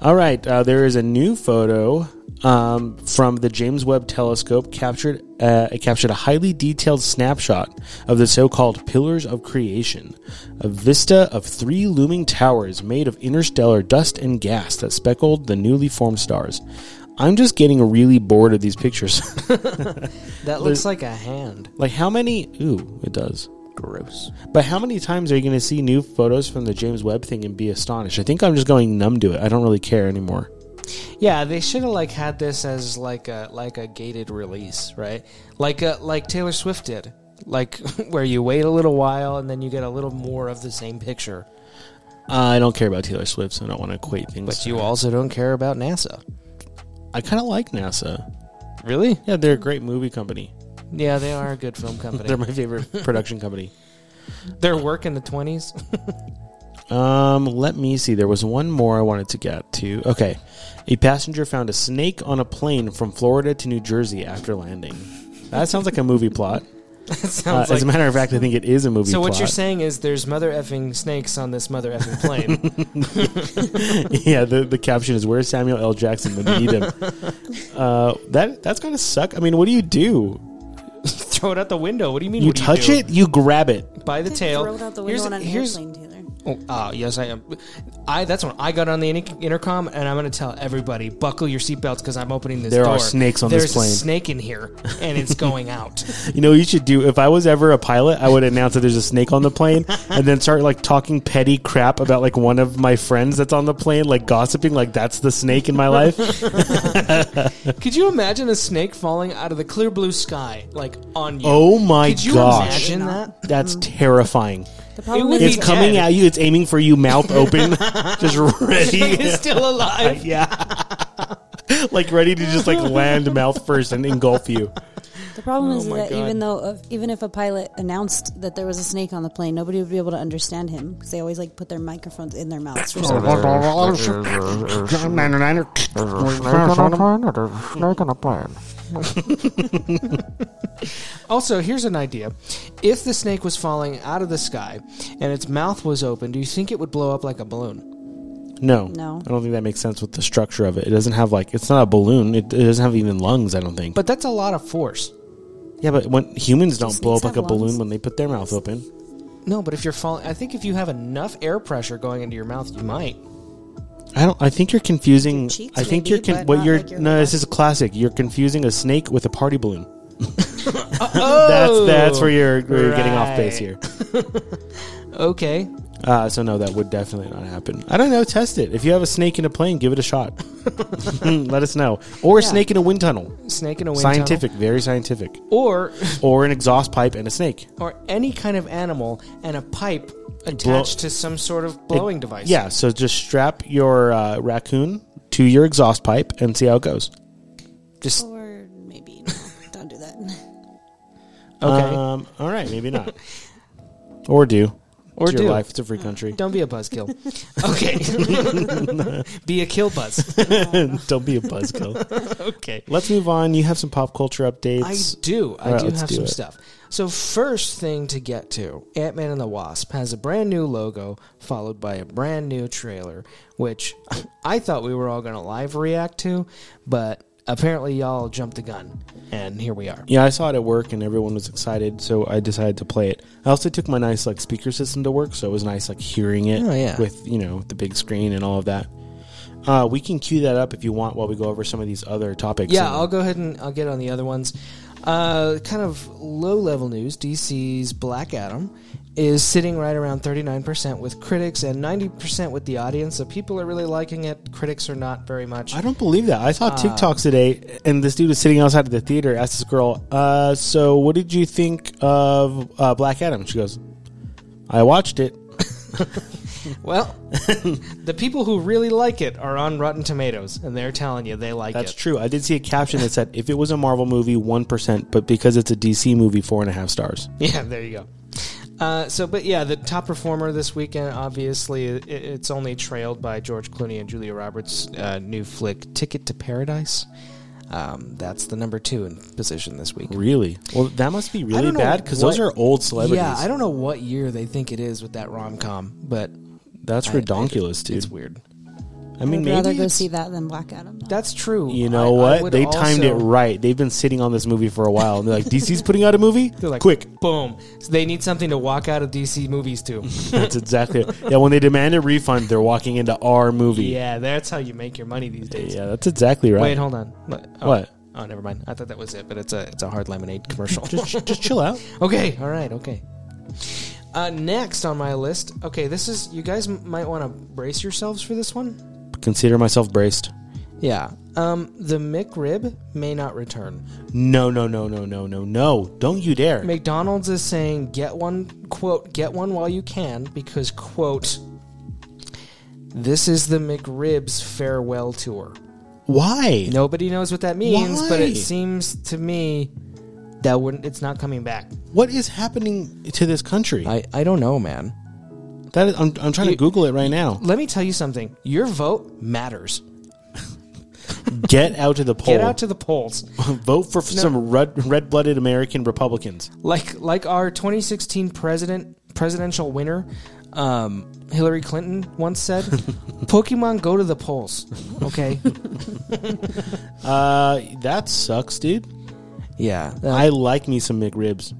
[SPEAKER 1] All right, uh, there is a new photo um, from the James Webb Telescope captured. Uh, it captured a highly detailed snapshot of the so-called Pillars of Creation, a vista of three looming towers made of interstellar dust and gas that speckled the newly formed stars. I'm just getting really bored of these pictures. (laughs)
[SPEAKER 3] That looks like a hand.
[SPEAKER 1] like, how many? Ooh, it does.
[SPEAKER 3] Gross.
[SPEAKER 1] But how many times are you going to see new photos from the James Webb thing and be astonished? I think I'm just going numb to it. I don't really care anymore.
[SPEAKER 3] Yeah, they should have like had this as like a like a gated release, right? Like a like Taylor Swift did. Like (laughs) where you wait a little while and then you get a little more of the same picture.
[SPEAKER 1] I don't care about Taylor Swift, so I don't want to equate things.
[SPEAKER 3] But you also don't care about NASA.
[SPEAKER 1] I kind of like NASA.
[SPEAKER 3] Really?
[SPEAKER 1] Yeah, they're a great movie company.
[SPEAKER 3] Yeah, they are a good film company.
[SPEAKER 1] (laughs) They're
[SPEAKER 3] they're,
[SPEAKER 1] my
[SPEAKER 3] (laughs)
[SPEAKER 1] favorite production company.
[SPEAKER 3] work in the twenties. (laughs)
[SPEAKER 1] Um, let me see. There was one more I wanted to get to. Okay, a passenger found a snake on a plane from Florida to New Jersey after landing. That sounds like a movie plot.
[SPEAKER 3] (laughs)
[SPEAKER 1] Uh,
[SPEAKER 3] sounds
[SPEAKER 1] as a
[SPEAKER 3] like
[SPEAKER 1] matter of fact, I think it is a movie.
[SPEAKER 3] so what
[SPEAKER 1] plot.
[SPEAKER 3] you're saying is there's mother effing snakes on this mother effing
[SPEAKER 1] (laughs)
[SPEAKER 3] plane.
[SPEAKER 1] yeah, the, the caption is "Where's Samuel L. Jackson when you
[SPEAKER 3] (laughs)
[SPEAKER 1] need him?" uh, that that's gonna suck. I mean, what do you do?
[SPEAKER 3] Throw it out the window. What do you mean?
[SPEAKER 1] You
[SPEAKER 3] what do
[SPEAKER 1] touch
[SPEAKER 3] do?
[SPEAKER 1] it, you grab it.
[SPEAKER 3] by (laughs) the tail.
[SPEAKER 4] Throw it out the window on an airplane, Taylor.
[SPEAKER 3] Oh, ah, yes, I am. I that's when I got on the in- intercom, and I'm going to tell everybody: buckle your seatbelts because I'm opening this.
[SPEAKER 1] There
[SPEAKER 3] door.
[SPEAKER 1] are snakes on this
[SPEAKER 3] There's
[SPEAKER 1] plane."
[SPEAKER 3] a snake in here, and
[SPEAKER 1] (laughs)
[SPEAKER 3] it's going out.
[SPEAKER 1] You know, what you should do. If I was ever a pilot, I would announce that there's a snake on the plane, and then start like talking petty crap about like one of my friends that's on the plane, like gossiping, like that's the snake in my life.
[SPEAKER 3] Could you imagine a snake falling out of the clear blue sky, like on you?
[SPEAKER 1] Oh my
[SPEAKER 3] Could you
[SPEAKER 1] gosh,
[SPEAKER 3] imagine that?
[SPEAKER 1] that's terrifying!
[SPEAKER 4] The problem
[SPEAKER 3] would
[SPEAKER 1] It's
[SPEAKER 4] is
[SPEAKER 3] be
[SPEAKER 4] that-
[SPEAKER 1] coming
[SPEAKER 3] dead.
[SPEAKER 1] at you. It's aiming for you,
[SPEAKER 3] (laughs)
[SPEAKER 1] mouth open, just
[SPEAKER 3] It's (laughs)
[SPEAKER 1] (laughs) ready.
[SPEAKER 3] still (laughs) alive.
[SPEAKER 1] yeah. like ready to just like land mouth first and engulf you.
[SPEAKER 4] The problem is
[SPEAKER 3] Oh my
[SPEAKER 4] that
[SPEAKER 3] God.
[SPEAKER 4] even though uh, even if a pilot announced that there was a snake on the plane, nobody would be able to understand him because they always like put their microphones in their mouths. Or something.
[SPEAKER 5] Snake on a plane.
[SPEAKER 3] Also, here's an idea: if the snake was falling out of the sky and its mouth was open, do you think it would blow up like a balloon?
[SPEAKER 1] No,
[SPEAKER 4] No.
[SPEAKER 1] I don't think that makes sense with the structure of it. It doesn't have like it's not a balloon. It, it doesn't have even lungs. I don't think.
[SPEAKER 3] But that's a lot of force.
[SPEAKER 1] Yeah, but when humans don't
[SPEAKER 4] Just
[SPEAKER 1] blow up like
[SPEAKER 4] makes
[SPEAKER 1] a
[SPEAKER 4] up
[SPEAKER 1] balloon
[SPEAKER 4] lungs.
[SPEAKER 1] when they put their mouth open.
[SPEAKER 3] No, but if you're falling, I think if you have enough air pressure going into your mouth, you might.
[SPEAKER 1] I don't. I think you're confusing.
[SPEAKER 4] Your cheeks,
[SPEAKER 1] I think
[SPEAKER 4] maybe,
[SPEAKER 1] you're con- what
[SPEAKER 4] but not
[SPEAKER 1] you're.
[SPEAKER 4] like your
[SPEAKER 1] no, this
[SPEAKER 4] mouth.
[SPEAKER 1] is classic. You're confusing a snake with a
[SPEAKER 3] (laughs)
[SPEAKER 1] party balloon. that's that's where you're, where you're getting off base
[SPEAKER 3] Right.
[SPEAKER 1] here.
[SPEAKER 3] Okay.
[SPEAKER 1] Uh, so no, that would definitely not happen. I don't know. Test it. If you have a snake in a plane, give it a shot. (laughs) Let us know. Or a
[SPEAKER 4] Yeah.
[SPEAKER 1] snake in a wind tunnel.
[SPEAKER 3] Snake in a wind
[SPEAKER 1] scientific, very scientific.
[SPEAKER 3] tunnel. or (laughs)
[SPEAKER 1] Or an exhaust pipe and a snake.
[SPEAKER 3] or any kind of animal and a pipe attached
[SPEAKER 1] blow-
[SPEAKER 3] to some sort of blowing
[SPEAKER 1] It-
[SPEAKER 3] device.
[SPEAKER 1] Yeah. So just strap your uh, raccoon to your exhaust pipe and see how it goes.
[SPEAKER 3] Just
[SPEAKER 4] Or maybe no, don't
[SPEAKER 3] (laughs)
[SPEAKER 4] do that.
[SPEAKER 3] okay.
[SPEAKER 1] Um, all right,
[SPEAKER 3] (laughs)
[SPEAKER 1] maybe not. or do.
[SPEAKER 3] Or
[SPEAKER 1] It's your
[SPEAKER 3] do.
[SPEAKER 1] life. It's a free country.
[SPEAKER 3] Don't be a buzzkill. okay. (laughs) be a kill buzz.
[SPEAKER 1] (laughs) Don't be a buzzkill.
[SPEAKER 3] okay.
[SPEAKER 1] Let's move on. You have some pop culture
[SPEAKER 3] I
[SPEAKER 1] updates.
[SPEAKER 3] do. I
[SPEAKER 1] All right,
[SPEAKER 3] do
[SPEAKER 1] let's
[SPEAKER 3] have
[SPEAKER 1] do
[SPEAKER 3] some
[SPEAKER 1] it.
[SPEAKER 3] stuff. So first thing to get to, Ant Man and the Wasp has a brand new logo, followed by a brand new trailer, which I thought we were all going to live react to, but apparently y'all jumped the gun, and here we are.
[SPEAKER 1] yeah, I saw it at work and everyone was excited, so I decided to play it. I also took my nice like speaker system to work, so it was nice like hearing it
[SPEAKER 3] Oh, yeah.
[SPEAKER 1] with you know the big screen and all of that. Uh, we can cue that up if you want while we go over some of these other topics.
[SPEAKER 3] Yeah,
[SPEAKER 1] and-
[SPEAKER 3] I'll go ahead and I'll get on the other ones. Uh, kind of low level news DC's Black Adam is sitting right around 39% with critics and 90% with the audience. So people are really liking it. Critics are not very much.
[SPEAKER 1] I don't believe that. I
[SPEAKER 3] Ah.
[SPEAKER 1] saw TikToks today, and this dude was sitting outside of the theater. Asked this girl, uh, "So, what did you think of uh, Black Adam?" She goes, "I watched it."
[SPEAKER 3] Well, (laughs) the people who really like it are on Rotten Tomatoes, and they're telling you they like
[SPEAKER 1] That's
[SPEAKER 3] it.
[SPEAKER 1] true. I did see a caption that said, "If it was a Marvel movie, one percent, but because it's a DC movie, four and a half stars."
[SPEAKER 3] Yeah, there you go. Uh, so, but yeah, the top performer this weekend, obviously, i it's only trailed by George Clooney and Julia Roberts' uh, new flick, Ticket to Paradise. Um, that's the number two in position this week.
[SPEAKER 1] Really? Well, that must be really
[SPEAKER 3] don't know
[SPEAKER 1] bad because those are
[SPEAKER 3] what-
[SPEAKER 1] old celebrities.
[SPEAKER 3] Yeah, I don't know what year they think it is with that rom com, but
[SPEAKER 1] That's
[SPEAKER 3] I- I-
[SPEAKER 1] ridiculous, dude.
[SPEAKER 3] It's weird.
[SPEAKER 1] I mean,
[SPEAKER 4] I'd
[SPEAKER 1] maybe
[SPEAKER 4] rather go
[SPEAKER 1] it's-
[SPEAKER 4] see that than Black Adam. though.
[SPEAKER 3] That's true.
[SPEAKER 1] You
[SPEAKER 3] I- I
[SPEAKER 1] know what?
[SPEAKER 3] would
[SPEAKER 1] they timed it
[SPEAKER 3] also-
[SPEAKER 1] right. They've been sitting on this movie for a while, and they're like, "DC's putting out a movie.
[SPEAKER 3] They're like,
[SPEAKER 1] Quick,
[SPEAKER 3] boom. So they need something to walk out of DC movies
[SPEAKER 1] (laughs)
[SPEAKER 3] to.
[SPEAKER 1] That's exactly it. Yeah, when they demand a refund, they're walking into our movie.
[SPEAKER 3] yeah, that's how you make your money these days.
[SPEAKER 1] Yeah, that's exactly right.
[SPEAKER 3] Wait, hold on. What? Oh,
[SPEAKER 1] What?
[SPEAKER 3] Oh, never mind. I thought that was it, but it's a it's a hard lemonade commercial.
[SPEAKER 1] (laughs) just, just chill out.
[SPEAKER 3] (laughs) okay, all right, okay. Uh, next on my list. Okay, this is you guys m- might want to brace yourselves for this one.
[SPEAKER 1] Consider myself braced.
[SPEAKER 3] Yeah. Um, the McRib may not return.
[SPEAKER 1] No, no, no, no, no, no, no. Don't you dare.
[SPEAKER 3] McDonald's is saying get one quote get one while you can because quote this is the McRib's farewell tour.
[SPEAKER 1] Why?
[SPEAKER 3] Nobody knows what that means, but
[SPEAKER 1] Why?
[SPEAKER 3] it seems to me that wouldn't, it's not coming back.
[SPEAKER 1] What is happening to this country?
[SPEAKER 3] I, I don't know, man.
[SPEAKER 1] that is, I'm, I'm trying to
[SPEAKER 3] You-
[SPEAKER 1] Google it right
[SPEAKER 3] (laughs)
[SPEAKER 1] now.
[SPEAKER 3] Let me tell you something. Your vote matters.
[SPEAKER 1] Get out to the poll.
[SPEAKER 3] Get out to the polls.
[SPEAKER 1] (laughs) Vote for some red, red-blooded American Republicans.
[SPEAKER 3] Like like our 2016 president presidential winner, um, Hillary Clinton once (laughs) said, "Pokemon go to the polls." Okay.
[SPEAKER 1] Uh, that sucks, dude.
[SPEAKER 3] (laughs) yeah.
[SPEAKER 1] I like me some McRibs.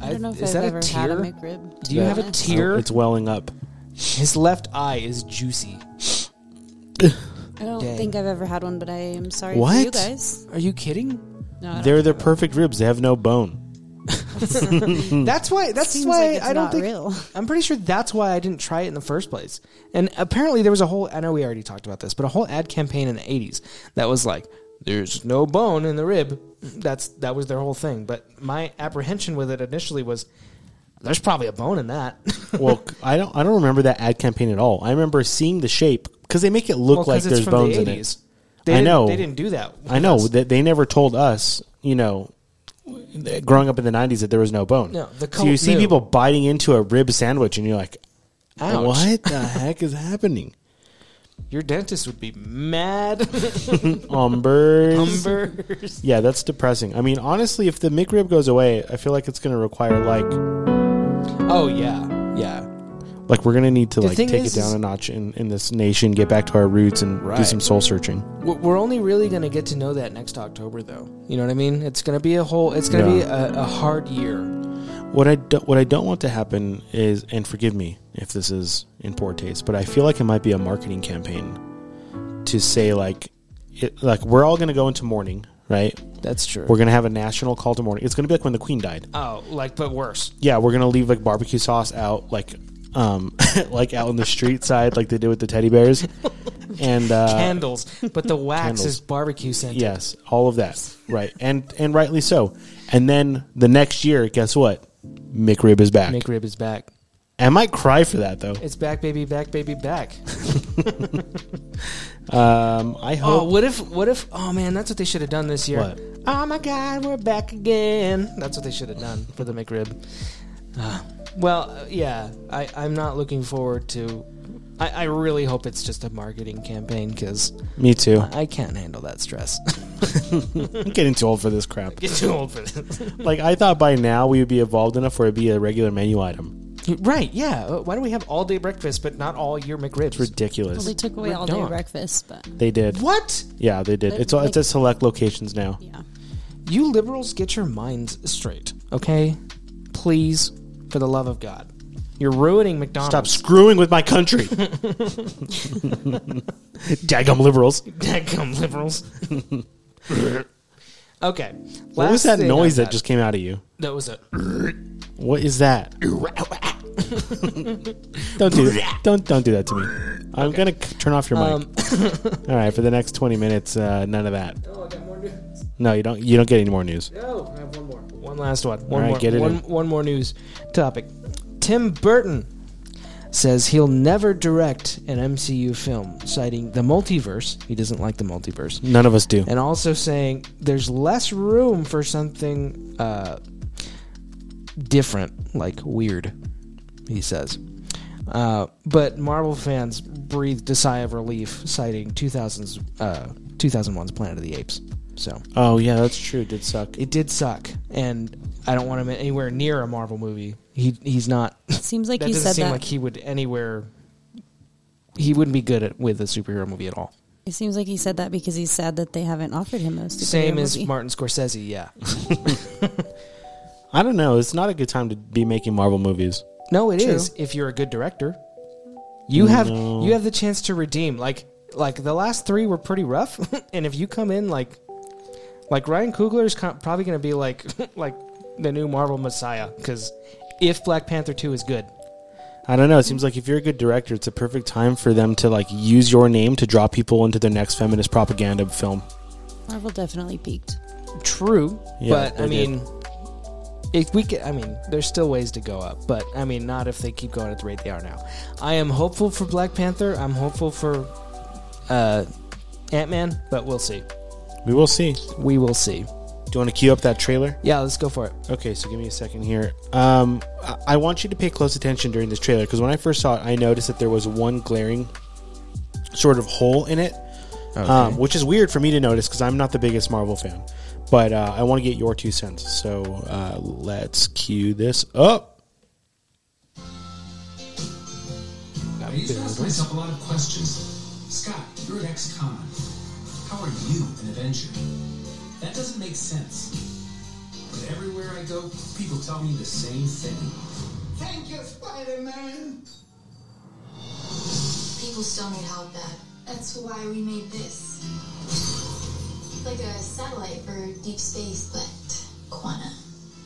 [SPEAKER 4] I don't know if
[SPEAKER 3] is that
[SPEAKER 4] I've
[SPEAKER 3] a
[SPEAKER 4] ever had a
[SPEAKER 3] tear?
[SPEAKER 4] McRib. to
[SPEAKER 3] Do you
[SPEAKER 4] be
[SPEAKER 3] have a
[SPEAKER 4] honest.
[SPEAKER 3] tear?
[SPEAKER 1] It's welling up.
[SPEAKER 3] His left eye is juicy.
[SPEAKER 4] I don't
[SPEAKER 3] Dang.
[SPEAKER 4] think I've ever had one, but I am sorry for you
[SPEAKER 1] What?
[SPEAKER 4] guys.
[SPEAKER 3] Are you kidding?
[SPEAKER 4] No, I don't
[SPEAKER 1] They're the
[SPEAKER 4] think I've ever-
[SPEAKER 1] perfect ribs. They have no bone.
[SPEAKER 3] That's why. That's
[SPEAKER 4] Mm. Seems
[SPEAKER 3] why
[SPEAKER 4] like it's
[SPEAKER 3] I don't
[SPEAKER 4] not
[SPEAKER 3] think.
[SPEAKER 4] real. (laughs)
[SPEAKER 3] I'm pretty sure that's why I didn't try it in the first place. And apparently there was a whole I know we already talked about this, but a whole ad campaign in the 80s that was like there's no bone in the rib. That's that was their whole thing, but my apprehension with it initially was there's probably a bone in that. (laughs)
[SPEAKER 1] well, c- I don't. I don't remember that ad campaign at all. I remember seeing the shape because they make it look
[SPEAKER 3] Well, 'cause
[SPEAKER 1] like there's bones in it.
[SPEAKER 3] They
[SPEAKER 1] I
[SPEAKER 3] didn't-
[SPEAKER 1] know.
[SPEAKER 3] They didn't do that.
[SPEAKER 1] I know that they never told us. You know, th- growing up in the '90s, that there was no bone.
[SPEAKER 3] No, the
[SPEAKER 1] so you
[SPEAKER 3] cult
[SPEAKER 1] see
[SPEAKER 3] knew.
[SPEAKER 1] people biting into a rib sandwich, and you're like,
[SPEAKER 3] Ouch. (laughs)
[SPEAKER 1] "What the heck is happening?"
[SPEAKER 3] Your dentist would be mad. (laughs)
[SPEAKER 1] Umbers.
[SPEAKER 3] Numbers.
[SPEAKER 1] Yeah, that's depressing. I mean, honestly, if the McRib goes away, I feel like it's going to require like,
[SPEAKER 3] Oh yeah. Yeah.
[SPEAKER 1] like we're going to need to
[SPEAKER 3] The
[SPEAKER 1] like
[SPEAKER 3] thing
[SPEAKER 1] take
[SPEAKER 3] is-
[SPEAKER 1] it down a notch in, in this nation, get back to our roots, and do
[SPEAKER 3] Right.
[SPEAKER 1] some soul searching.
[SPEAKER 3] We're- We're only really going to get to know that next October, though. You know what I mean? It's going to be a whole. It's going to be a, a hard year.
[SPEAKER 1] What I do, what I don't want to happen is, and forgive me if this is in poor taste, but I feel like it might be a marketing campaign to say like, it, like we're all going to go into mourning, right?
[SPEAKER 3] That's true.
[SPEAKER 1] We're going to have a national call to mourning. It's going to be like when the Queen died.
[SPEAKER 3] oh, like but worse.
[SPEAKER 1] Yeah, we're going to leave like barbecue sauce out, like, um, (laughs) like out on the street side, like they did with the teddy bears, and uh,
[SPEAKER 3] Candles, but the wax
[SPEAKER 1] (laughs) Candles.
[SPEAKER 3] is barbecue scented.
[SPEAKER 1] yes, all of that, right? And and rightly so. And then the next year, guess what? McRib is back.
[SPEAKER 3] McRib is back.
[SPEAKER 1] I might cry for that though.
[SPEAKER 3] It's back, baby, back, baby, back.
[SPEAKER 1] Um, I
[SPEAKER 3] oh,
[SPEAKER 1] hope.
[SPEAKER 3] what if? What if? Oh man, that's what they should have done this year.
[SPEAKER 1] What?
[SPEAKER 3] Oh my God, we're back again. That's what they should have done for the McRib. Ah. well, uh, yeah, I, I'm not looking forward to. I, I really hope it's just a marketing campaign because
[SPEAKER 1] me too.
[SPEAKER 3] I can't handle that stress. (laughs)
[SPEAKER 1] I'm getting too old for this crap.
[SPEAKER 3] Get too old for this.
[SPEAKER 1] Like I thought by now we would be evolved enough where it'd be a regular menu item.
[SPEAKER 3] right? Yeah. Uh, Why do we have all day breakfast but not all year McRibs?
[SPEAKER 4] Well,
[SPEAKER 1] Ridiculous.
[SPEAKER 4] they took away
[SPEAKER 3] We're
[SPEAKER 4] all day
[SPEAKER 3] done.
[SPEAKER 4] breakfast, but
[SPEAKER 1] they did.
[SPEAKER 3] what?
[SPEAKER 1] Yeah, they did.
[SPEAKER 4] But,
[SPEAKER 1] It's all, it's
[SPEAKER 4] like-
[SPEAKER 1] at select locations now.
[SPEAKER 3] (laughs)
[SPEAKER 4] yeah.
[SPEAKER 3] You liberals, get your minds straight, okay? Please, for the love of God, you're ruining
[SPEAKER 1] Stop
[SPEAKER 3] McDonald's.
[SPEAKER 1] screwing with my
[SPEAKER 3] (laughs)
[SPEAKER 1] country. (laughs) Daggum liberals.
[SPEAKER 3] (laughs)
[SPEAKER 1] (laughs)
[SPEAKER 3] Stop, come liberals. Okay.
[SPEAKER 1] What was that noise that just came out of you?
[SPEAKER 3] that was a
[SPEAKER 1] What
[SPEAKER 3] (laughs)
[SPEAKER 1] is that? don't do that. don't don't do that to me. I'm gonna c- turn off your mic.
[SPEAKER 3] Um, (laughs)
[SPEAKER 1] All right, for the next 20 minutes, uh, none of that.
[SPEAKER 3] Oh,
[SPEAKER 1] No, you don't. You don't get any more news.
[SPEAKER 3] No, oh, I have one more. One last one. One
[SPEAKER 1] right,
[SPEAKER 3] more.
[SPEAKER 1] get it
[SPEAKER 3] one,
[SPEAKER 1] in.
[SPEAKER 3] one more news topic. Tim Burton says he'll never direct an MCU film, citing the multiverse. He doesn't like the multiverse,
[SPEAKER 1] None of us do.
[SPEAKER 3] and also saying there's less room for something uh, different, like weird. He says. Uh, but Marvel fans breathed a sigh of relief, citing 2000's, uh, 2001's Planet of the Apes. So
[SPEAKER 1] Oh yeah, that's true. It did suck.
[SPEAKER 3] it did suck, and I don't want him anywhere near a Marvel movie. He he's not.
[SPEAKER 4] It seems like
[SPEAKER 3] that
[SPEAKER 4] he
[SPEAKER 3] doesn't
[SPEAKER 4] said
[SPEAKER 3] seem
[SPEAKER 4] that.
[SPEAKER 3] like he would anywhere. He wouldn't be good at with a superhero movie at all.
[SPEAKER 4] it seems like he said that because he's sad that they haven't offered him a superhero
[SPEAKER 3] Same as
[SPEAKER 4] movie.
[SPEAKER 3] Martin Scorsese. Yeah.
[SPEAKER 1] I don't know. It's not a good time to be making Marvel movies.
[SPEAKER 3] No, it is
[SPEAKER 4] True.
[SPEAKER 3] If you're a good director, you have
[SPEAKER 1] No.
[SPEAKER 3] you have the chance to redeem. Like like the last three were pretty rough, (laughs) and if you come in like like Ryan Coogler is co- probably going to be like (laughs) like the new Marvel Messiah because if Black Panther two is good,
[SPEAKER 1] I don't know. It seems like if you're a good director, it's a perfect time for them to like use your name to draw people into their next feminist propaganda film.
[SPEAKER 4] Marvel definitely peaked.
[SPEAKER 3] True,
[SPEAKER 1] Yeah,
[SPEAKER 3] but
[SPEAKER 1] they
[SPEAKER 3] I
[SPEAKER 1] did.
[SPEAKER 3] mean, if we could, I mean, there's still ways to go up, but I mean, not if they keep going at the rate they are now. I am hopeful for Black Panther. I'm hopeful for uh, Ant Man, but we'll see.
[SPEAKER 1] We will see.
[SPEAKER 3] We will see.
[SPEAKER 1] Do you want to queue up that trailer?
[SPEAKER 3] Yeah, let's go for it.
[SPEAKER 1] Okay, so give me a second here. Um, I- I want you to pay close attention during this trailer because when I first saw it, I noticed that there was one glaring sort of hole in it, um, which is weird for me to notice because I'm not the biggest Marvel fan. But uh, I want to get your two cents. So uh, let's cue this up.
[SPEAKER 5] I used to ask myself a lot of questions. Scott, you're an ex-con. How are you an Avenger? That doesn't make sense. But everywhere I go, people tell me the same thing.
[SPEAKER 6] Thank you, Spider-Man.
[SPEAKER 7] People still need help that.
[SPEAKER 6] That's why we made this.
[SPEAKER 7] Like a satellite for deep space, but quanta.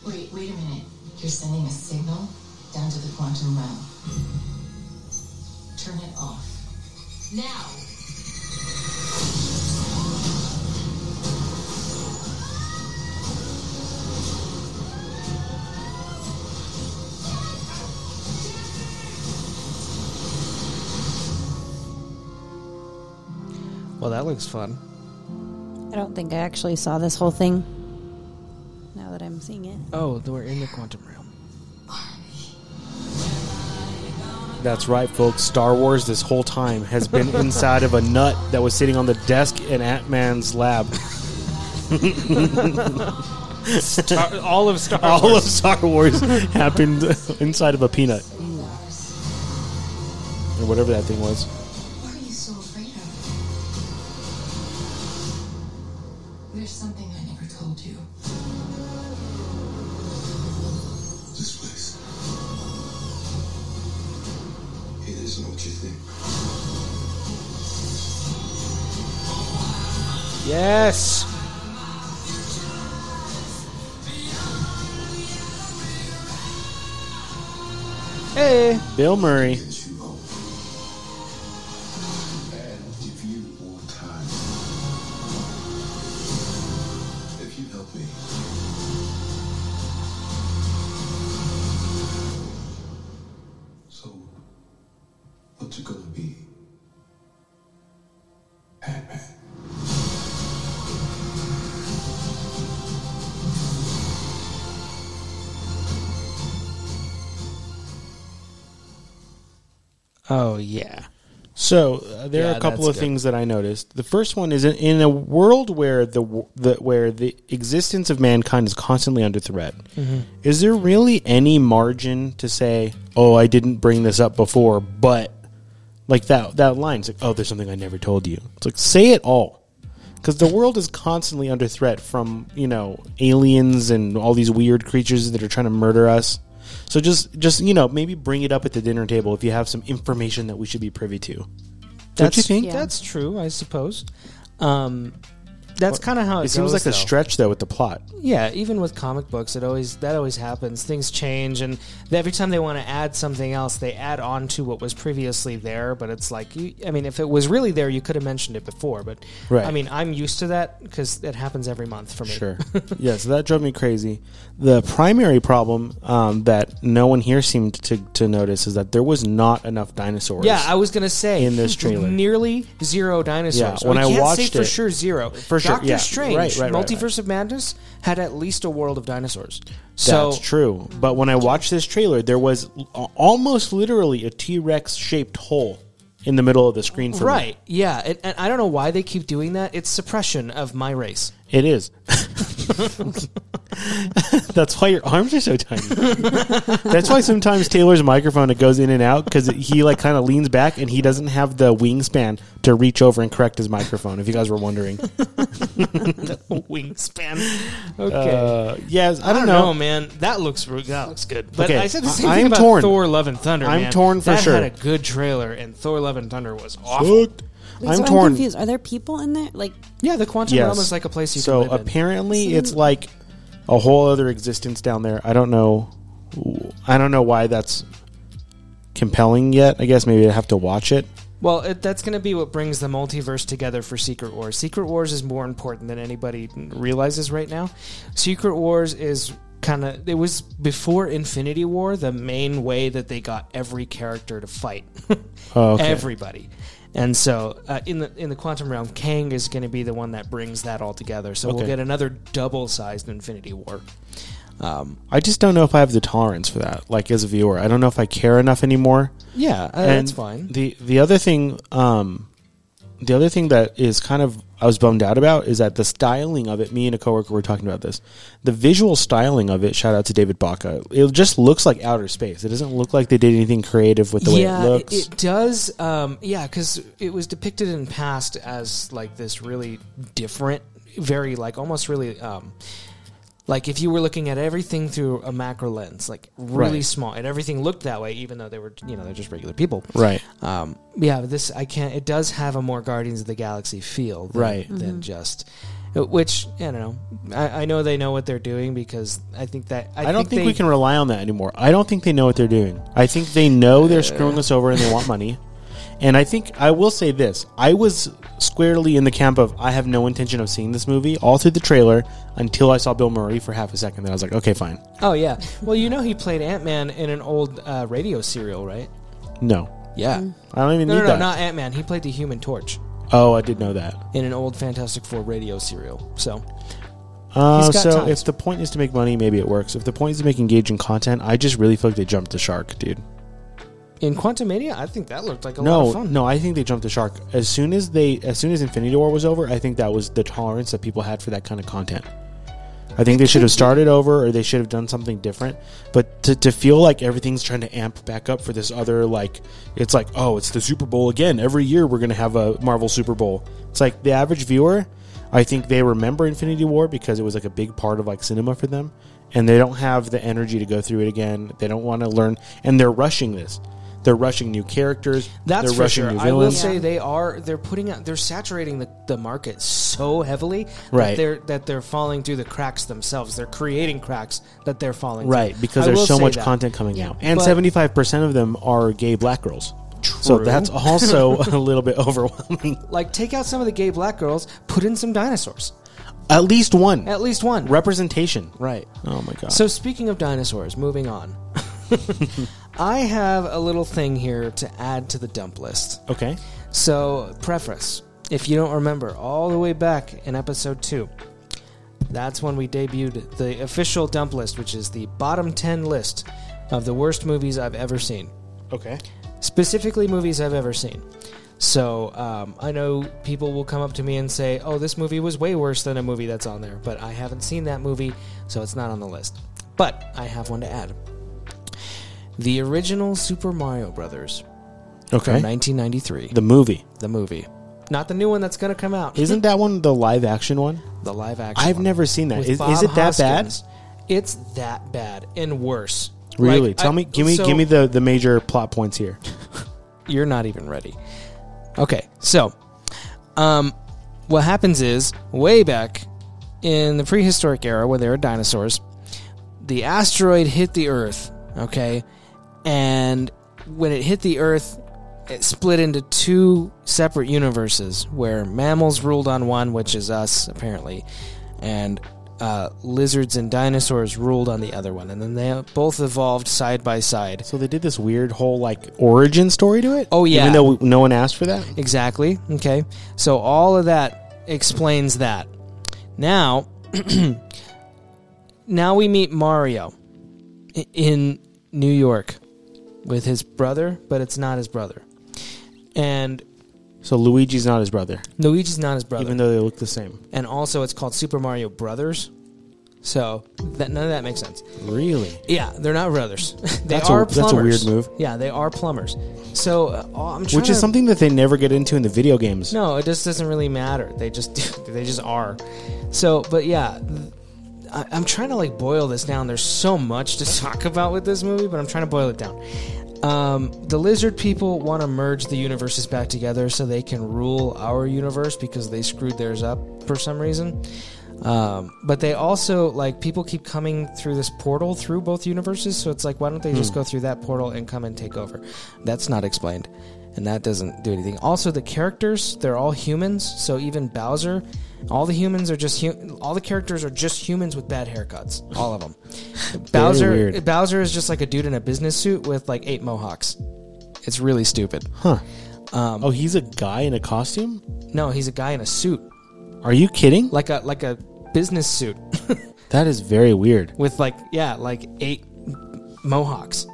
[SPEAKER 7] Wait, wait a minute. You're sending a signal down to the quantum realm. Turn it off. Now!
[SPEAKER 3] Well, that looks fun.
[SPEAKER 4] I don't think I actually saw this whole thing. Now that I'm seeing it,
[SPEAKER 3] Oh, we're in the quantum realm.
[SPEAKER 1] That's right, folks. Star Wars this whole time has
[SPEAKER 3] (laughs)
[SPEAKER 1] been inside of a nut that was sitting on the desk in Ant Man's lab.
[SPEAKER 3] all of Star
[SPEAKER 1] All of Star Wars happened inside of a peanut or whatever that thing was.
[SPEAKER 7] What are you so afraid of? There's something I never told you.
[SPEAKER 8] This place. It isn't what you think.
[SPEAKER 3] Yes. Hey.
[SPEAKER 1] Bill Murray.
[SPEAKER 8] It's you old. And if you more time. If you help me. So, what's it gonna be? Batman.
[SPEAKER 3] Oh yeah.
[SPEAKER 1] So uh, there are
[SPEAKER 3] Yeah,
[SPEAKER 1] a couple
[SPEAKER 3] that's
[SPEAKER 1] of
[SPEAKER 3] good.
[SPEAKER 1] things that I noticed. The first one is in, in a world where the, w- the where the existence of mankind is constantly under threat.
[SPEAKER 3] Mm-hmm.
[SPEAKER 1] Is there really any margin to say, "Oh, I didn't bring this up before," but like that that line, it's like, "Oh, there's something I never told you." It's like say it all. Because the world is constantly under threat from you know aliens and all these weird creatures that are trying to murder us. So just just you know maybe bring it up at the dinner table if you have some information that we should be privy to. Don't you think?
[SPEAKER 4] Yeah.
[SPEAKER 3] That's true, I suppose. Um, That's kind of how it,
[SPEAKER 1] It seems
[SPEAKER 3] goes,
[SPEAKER 1] like a
[SPEAKER 3] though.
[SPEAKER 1] stretch though with the plot.
[SPEAKER 3] Yeah, even with comic books, it always that always happens. Things change, and every time they want to add something else, they add on to what was previously there. But it's like, you, I mean, if it was really there, you could have mentioned it before. But
[SPEAKER 1] Right.
[SPEAKER 3] I mean, I'm used to that because it happens every month for me. (laughs)
[SPEAKER 1] Sure. yeah, so that drove me crazy. The primary problem um, that no one here seemed to, to notice is that there was not enough dinosaurs.
[SPEAKER 3] Yeah, I was gonna say
[SPEAKER 1] In this trailer.
[SPEAKER 3] nearly zero dinosaurs.
[SPEAKER 1] Yeah, when
[SPEAKER 3] we
[SPEAKER 1] I
[SPEAKER 3] can't say
[SPEAKER 1] watched
[SPEAKER 3] for
[SPEAKER 1] it-
[SPEAKER 3] sure zero.
[SPEAKER 1] For sure,
[SPEAKER 3] Doctor
[SPEAKER 1] yeah.
[SPEAKER 3] Strange,
[SPEAKER 1] Right, right, right, right.
[SPEAKER 3] Multiverse of Madness had at least a world of dinosaurs. So
[SPEAKER 1] That's true. But when I watched this trailer, there was l- almost literally a T Rex shaped hole in the middle of the screen for me.
[SPEAKER 3] right, yeah, and, and I don't know why they keep doing that. It's suppression of my
[SPEAKER 1] (laughs)
[SPEAKER 3] race.
[SPEAKER 1] It is. That's why your arms are so tiny. That's why sometimes Taylor's microphone it goes in and out because he like kind of leans back and he doesn't have the wingspan to reach over and correct his microphone. If you guys were wondering,
[SPEAKER 3] wingspan. Okay.
[SPEAKER 1] uh, yes, I
[SPEAKER 3] I
[SPEAKER 1] don't,
[SPEAKER 3] don't
[SPEAKER 1] know.
[SPEAKER 3] know, man. That looks ru- that looks good. But
[SPEAKER 1] Okay,
[SPEAKER 3] I said the
[SPEAKER 1] I-
[SPEAKER 3] same
[SPEAKER 1] I
[SPEAKER 3] thing
[SPEAKER 1] am
[SPEAKER 3] about
[SPEAKER 1] torn.
[SPEAKER 3] Thor: Love and Thunder.
[SPEAKER 1] I'm
[SPEAKER 3] man.
[SPEAKER 1] torn for
[SPEAKER 3] that
[SPEAKER 1] sure.
[SPEAKER 3] Had a good trailer, and Thor: Love and Thunder was awful.
[SPEAKER 1] Fucked. I'm
[SPEAKER 4] so
[SPEAKER 1] torn.
[SPEAKER 4] confused. Are there people in there? Like,
[SPEAKER 3] Yeah, the quantum
[SPEAKER 1] Yes.
[SPEAKER 3] realm is like a place you can
[SPEAKER 1] so
[SPEAKER 3] live in.
[SPEAKER 1] apparently it's like a whole other existence down there. I don't know. I don't know why that's compelling yet. I guess maybe I have to watch it.
[SPEAKER 3] Well, it, that's going to be what brings the multiverse together for Secret Wars. Secret Wars is more important than anybody realizes right now. Secret Wars is kind of it was before Infinity War the main way that they got every character to fight
[SPEAKER 1] (laughs) Oh, okay.
[SPEAKER 3] everybody. And so uh, in the in the quantum realm, Kang is going to be the one that brings that all together. So we'll
[SPEAKER 1] Okay.
[SPEAKER 3] get another double-sized Infinity War. Um,
[SPEAKER 1] I just don't know if I have the tolerance for that. Like as a viewer, I don't know if I care enough anymore.
[SPEAKER 3] yeah, uh,
[SPEAKER 1] And
[SPEAKER 3] that's fine.
[SPEAKER 1] The the other thing, um, the other thing that is kind of I was bummed out about is that the styling of it. Me and a coworker were talking about this. The visual styling of it. Shout out to David Baca. It just looks like outer space. It doesn't look like they did anything creative with the way it looks.
[SPEAKER 3] it does. Um, yeah, because it was depicted in past as like this really different, very like almost really um, like if you were looking at everything through a macro lens, like really
[SPEAKER 1] Right.
[SPEAKER 3] small, and everything looked that way, even though they were you know they're just regular people.
[SPEAKER 1] right.
[SPEAKER 3] Um, yeah, but this I can't. It does have a more Guardians of the Galaxy feel, than,
[SPEAKER 1] Right.
[SPEAKER 3] Than just uh, which I don't know. I, I know they know what they're doing because I think that I,
[SPEAKER 1] I, don't think
[SPEAKER 3] they,
[SPEAKER 1] we can rely on that anymore. I don't think they know what they're doing. I think they know they're screwing us over and they want money. And I think I will say this: I was squarely in the camp of I have no intention of seeing this movie all through the trailer until I saw Bill Murray for half a second. Then I was like, okay, fine.
[SPEAKER 3] Oh yeah. Well, you know he played Ant Man in an old uh, radio serial, right?
[SPEAKER 1] No,
[SPEAKER 3] Yeah.
[SPEAKER 1] I don't even
[SPEAKER 3] No,
[SPEAKER 1] need
[SPEAKER 3] no, no,
[SPEAKER 1] that.
[SPEAKER 3] not Ant Man. He played the Human Torch
[SPEAKER 1] oh, I did know that.
[SPEAKER 3] in an old Fantastic Four radio serial. So
[SPEAKER 1] Uh,
[SPEAKER 3] got
[SPEAKER 1] so
[SPEAKER 3] time.
[SPEAKER 1] if the point is to make money, maybe it works. If the point is to make engaging content, I just really feel like they jumped the shark, dude.
[SPEAKER 3] in Quantum Mania, I think that looked like a lot
[SPEAKER 1] No,
[SPEAKER 3] of fun.
[SPEAKER 1] no, I think they jumped the shark. As soon as they, as soon as Infinity War was over, I think that was the tolerance that people had for that kind of content. I think they should have started over, or they should have done something different. But to, to feel like everything's trying to amp back up for this other, like it's like, oh, it's the Super Bowl again. Every year we're gonna have a Marvel Super Bowl. It's like the average viewer. I think they remember Infinity War because it was like a big part of like cinema for them, and they don't have the energy to go through it again. They don't want to learn, and they're rushing this. They're rushing new characters.
[SPEAKER 3] That's
[SPEAKER 1] they're
[SPEAKER 3] for
[SPEAKER 1] rushing
[SPEAKER 3] sure.
[SPEAKER 1] new
[SPEAKER 3] I will
[SPEAKER 1] villains.
[SPEAKER 3] say they are. They're putting out. They're saturating the, the market so heavily
[SPEAKER 1] Right.
[SPEAKER 3] that they're that they're falling through the cracks themselves. They're creating cracks that they're falling through.
[SPEAKER 1] Right, because
[SPEAKER 3] I
[SPEAKER 1] there's
[SPEAKER 3] will
[SPEAKER 1] so
[SPEAKER 3] say
[SPEAKER 1] much
[SPEAKER 3] that.
[SPEAKER 1] content coming out, and
[SPEAKER 3] But-
[SPEAKER 1] seventy five percent of them are gay black girls. So
[SPEAKER 3] True.
[SPEAKER 1] that's also (laughs) a little bit overwhelming.
[SPEAKER 3] Like take out some of the gay black girls, put in some dinosaurs.
[SPEAKER 1] At least one
[SPEAKER 3] At least one.
[SPEAKER 1] representation. Right. Oh my god.
[SPEAKER 3] So speaking of dinosaurs, moving on. (laughs) I have a little thing here to add to the dump list.
[SPEAKER 1] okay.
[SPEAKER 3] So, preface. If you don't remember, all the way back in episode 2, that's when we debuted the official dump list, which is the bottom 10 list of the worst movies I've ever seen.
[SPEAKER 1] Okay.
[SPEAKER 3] Specifically, movies I've ever seen. So, um, I know people will come up to me and say, oh, this movie was way worse than a movie that's on there, but I haven't seen that movie, so it's not on the list. But I have one to add the original Super Mario Brothers from
[SPEAKER 1] Okay.
[SPEAKER 3] 1993
[SPEAKER 1] Eh? The movie
[SPEAKER 3] the movie, not the new one that's going to come out.
[SPEAKER 1] isn't that one the live action one?
[SPEAKER 3] the live action?
[SPEAKER 1] I've
[SPEAKER 3] one.
[SPEAKER 1] never seen that.
[SPEAKER 3] With
[SPEAKER 1] Is, is
[SPEAKER 3] Bob
[SPEAKER 1] it that bad?
[SPEAKER 3] Hoskins. It's that bad and worse.
[SPEAKER 1] Really?
[SPEAKER 3] Like,
[SPEAKER 1] Tell
[SPEAKER 3] I-
[SPEAKER 1] me. Give me.
[SPEAKER 3] so-
[SPEAKER 1] give me the the major plot points here.
[SPEAKER 3] You're not even ready. Okay, so, um, what happens is way back in the prehistoric era where there were dinosaurs the asteroid hit the earth okay and when it hit the earth it split into two separate universes where mammals ruled on one which is us apparently and uh, lizards and dinosaurs ruled on the other one and then they both evolved side by side
[SPEAKER 1] So they did this weird whole like origin story to it.
[SPEAKER 3] Oh, yeah.
[SPEAKER 1] even though no one asked for that.
[SPEAKER 3] Exactly. Okay. So all of that explains that. Now, (clears throat) now we meet Mario i- in New York with his brother, but it's not his brother. And
[SPEAKER 1] So Luigi's not his brother,
[SPEAKER 3] Luigi's not his brother.
[SPEAKER 1] even though they look the same.
[SPEAKER 3] and also it's called Super Mario Brothers. So that none of that makes sense.
[SPEAKER 1] Really?
[SPEAKER 3] Yeah, they're not brothers. (laughs) they
[SPEAKER 1] That's a-
[SPEAKER 3] are
[SPEAKER 1] that's a weird
[SPEAKER 3] plumbers.
[SPEAKER 1] move.
[SPEAKER 3] Yeah, they are plumbers. So uh, oh, I'm trying
[SPEAKER 1] Which is
[SPEAKER 3] to-
[SPEAKER 1] something that they never get into in the video games.
[SPEAKER 3] No, it just doesn't really matter. They just (laughs) they just are. So, but yeah, th- I, I'm trying to like boil this down. There's so much to (laughs) talk about with this movie, but I'm trying to boil it down. Um, the lizard people want to merge the universes back together so they can rule our universe because they screwed theirs up for some reason. Um, but they also like people keep coming through this portal through both universes, so it's like why don't they just go through that portal and come and take over? That's not explained, and that doesn't do anything. Also, the characters they're all humans, so even Bowser, all the humans are just hu- all the characters are just humans with bad haircuts, all of
[SPEAKER 1] (laughs)
[SPEAKER 3] them. Bowser
[SPEAKER 1] weird.
[SPEAKER 3] Bowser is just like a dude in a business suit with like eight mohawks. It's really stupid.
[SPEAKER 1] Huh. oh, he's a guy in a costume?
[SPEAKER 3] No, he's a guy in a suit,
[SPEAKER 1] Are you kidding?
[SPEAKER 3] like a like a business suit. (laughs)
[SPEAKER 1] That is very weird.
[SPEAKER 3] with like yeah like eight mohawks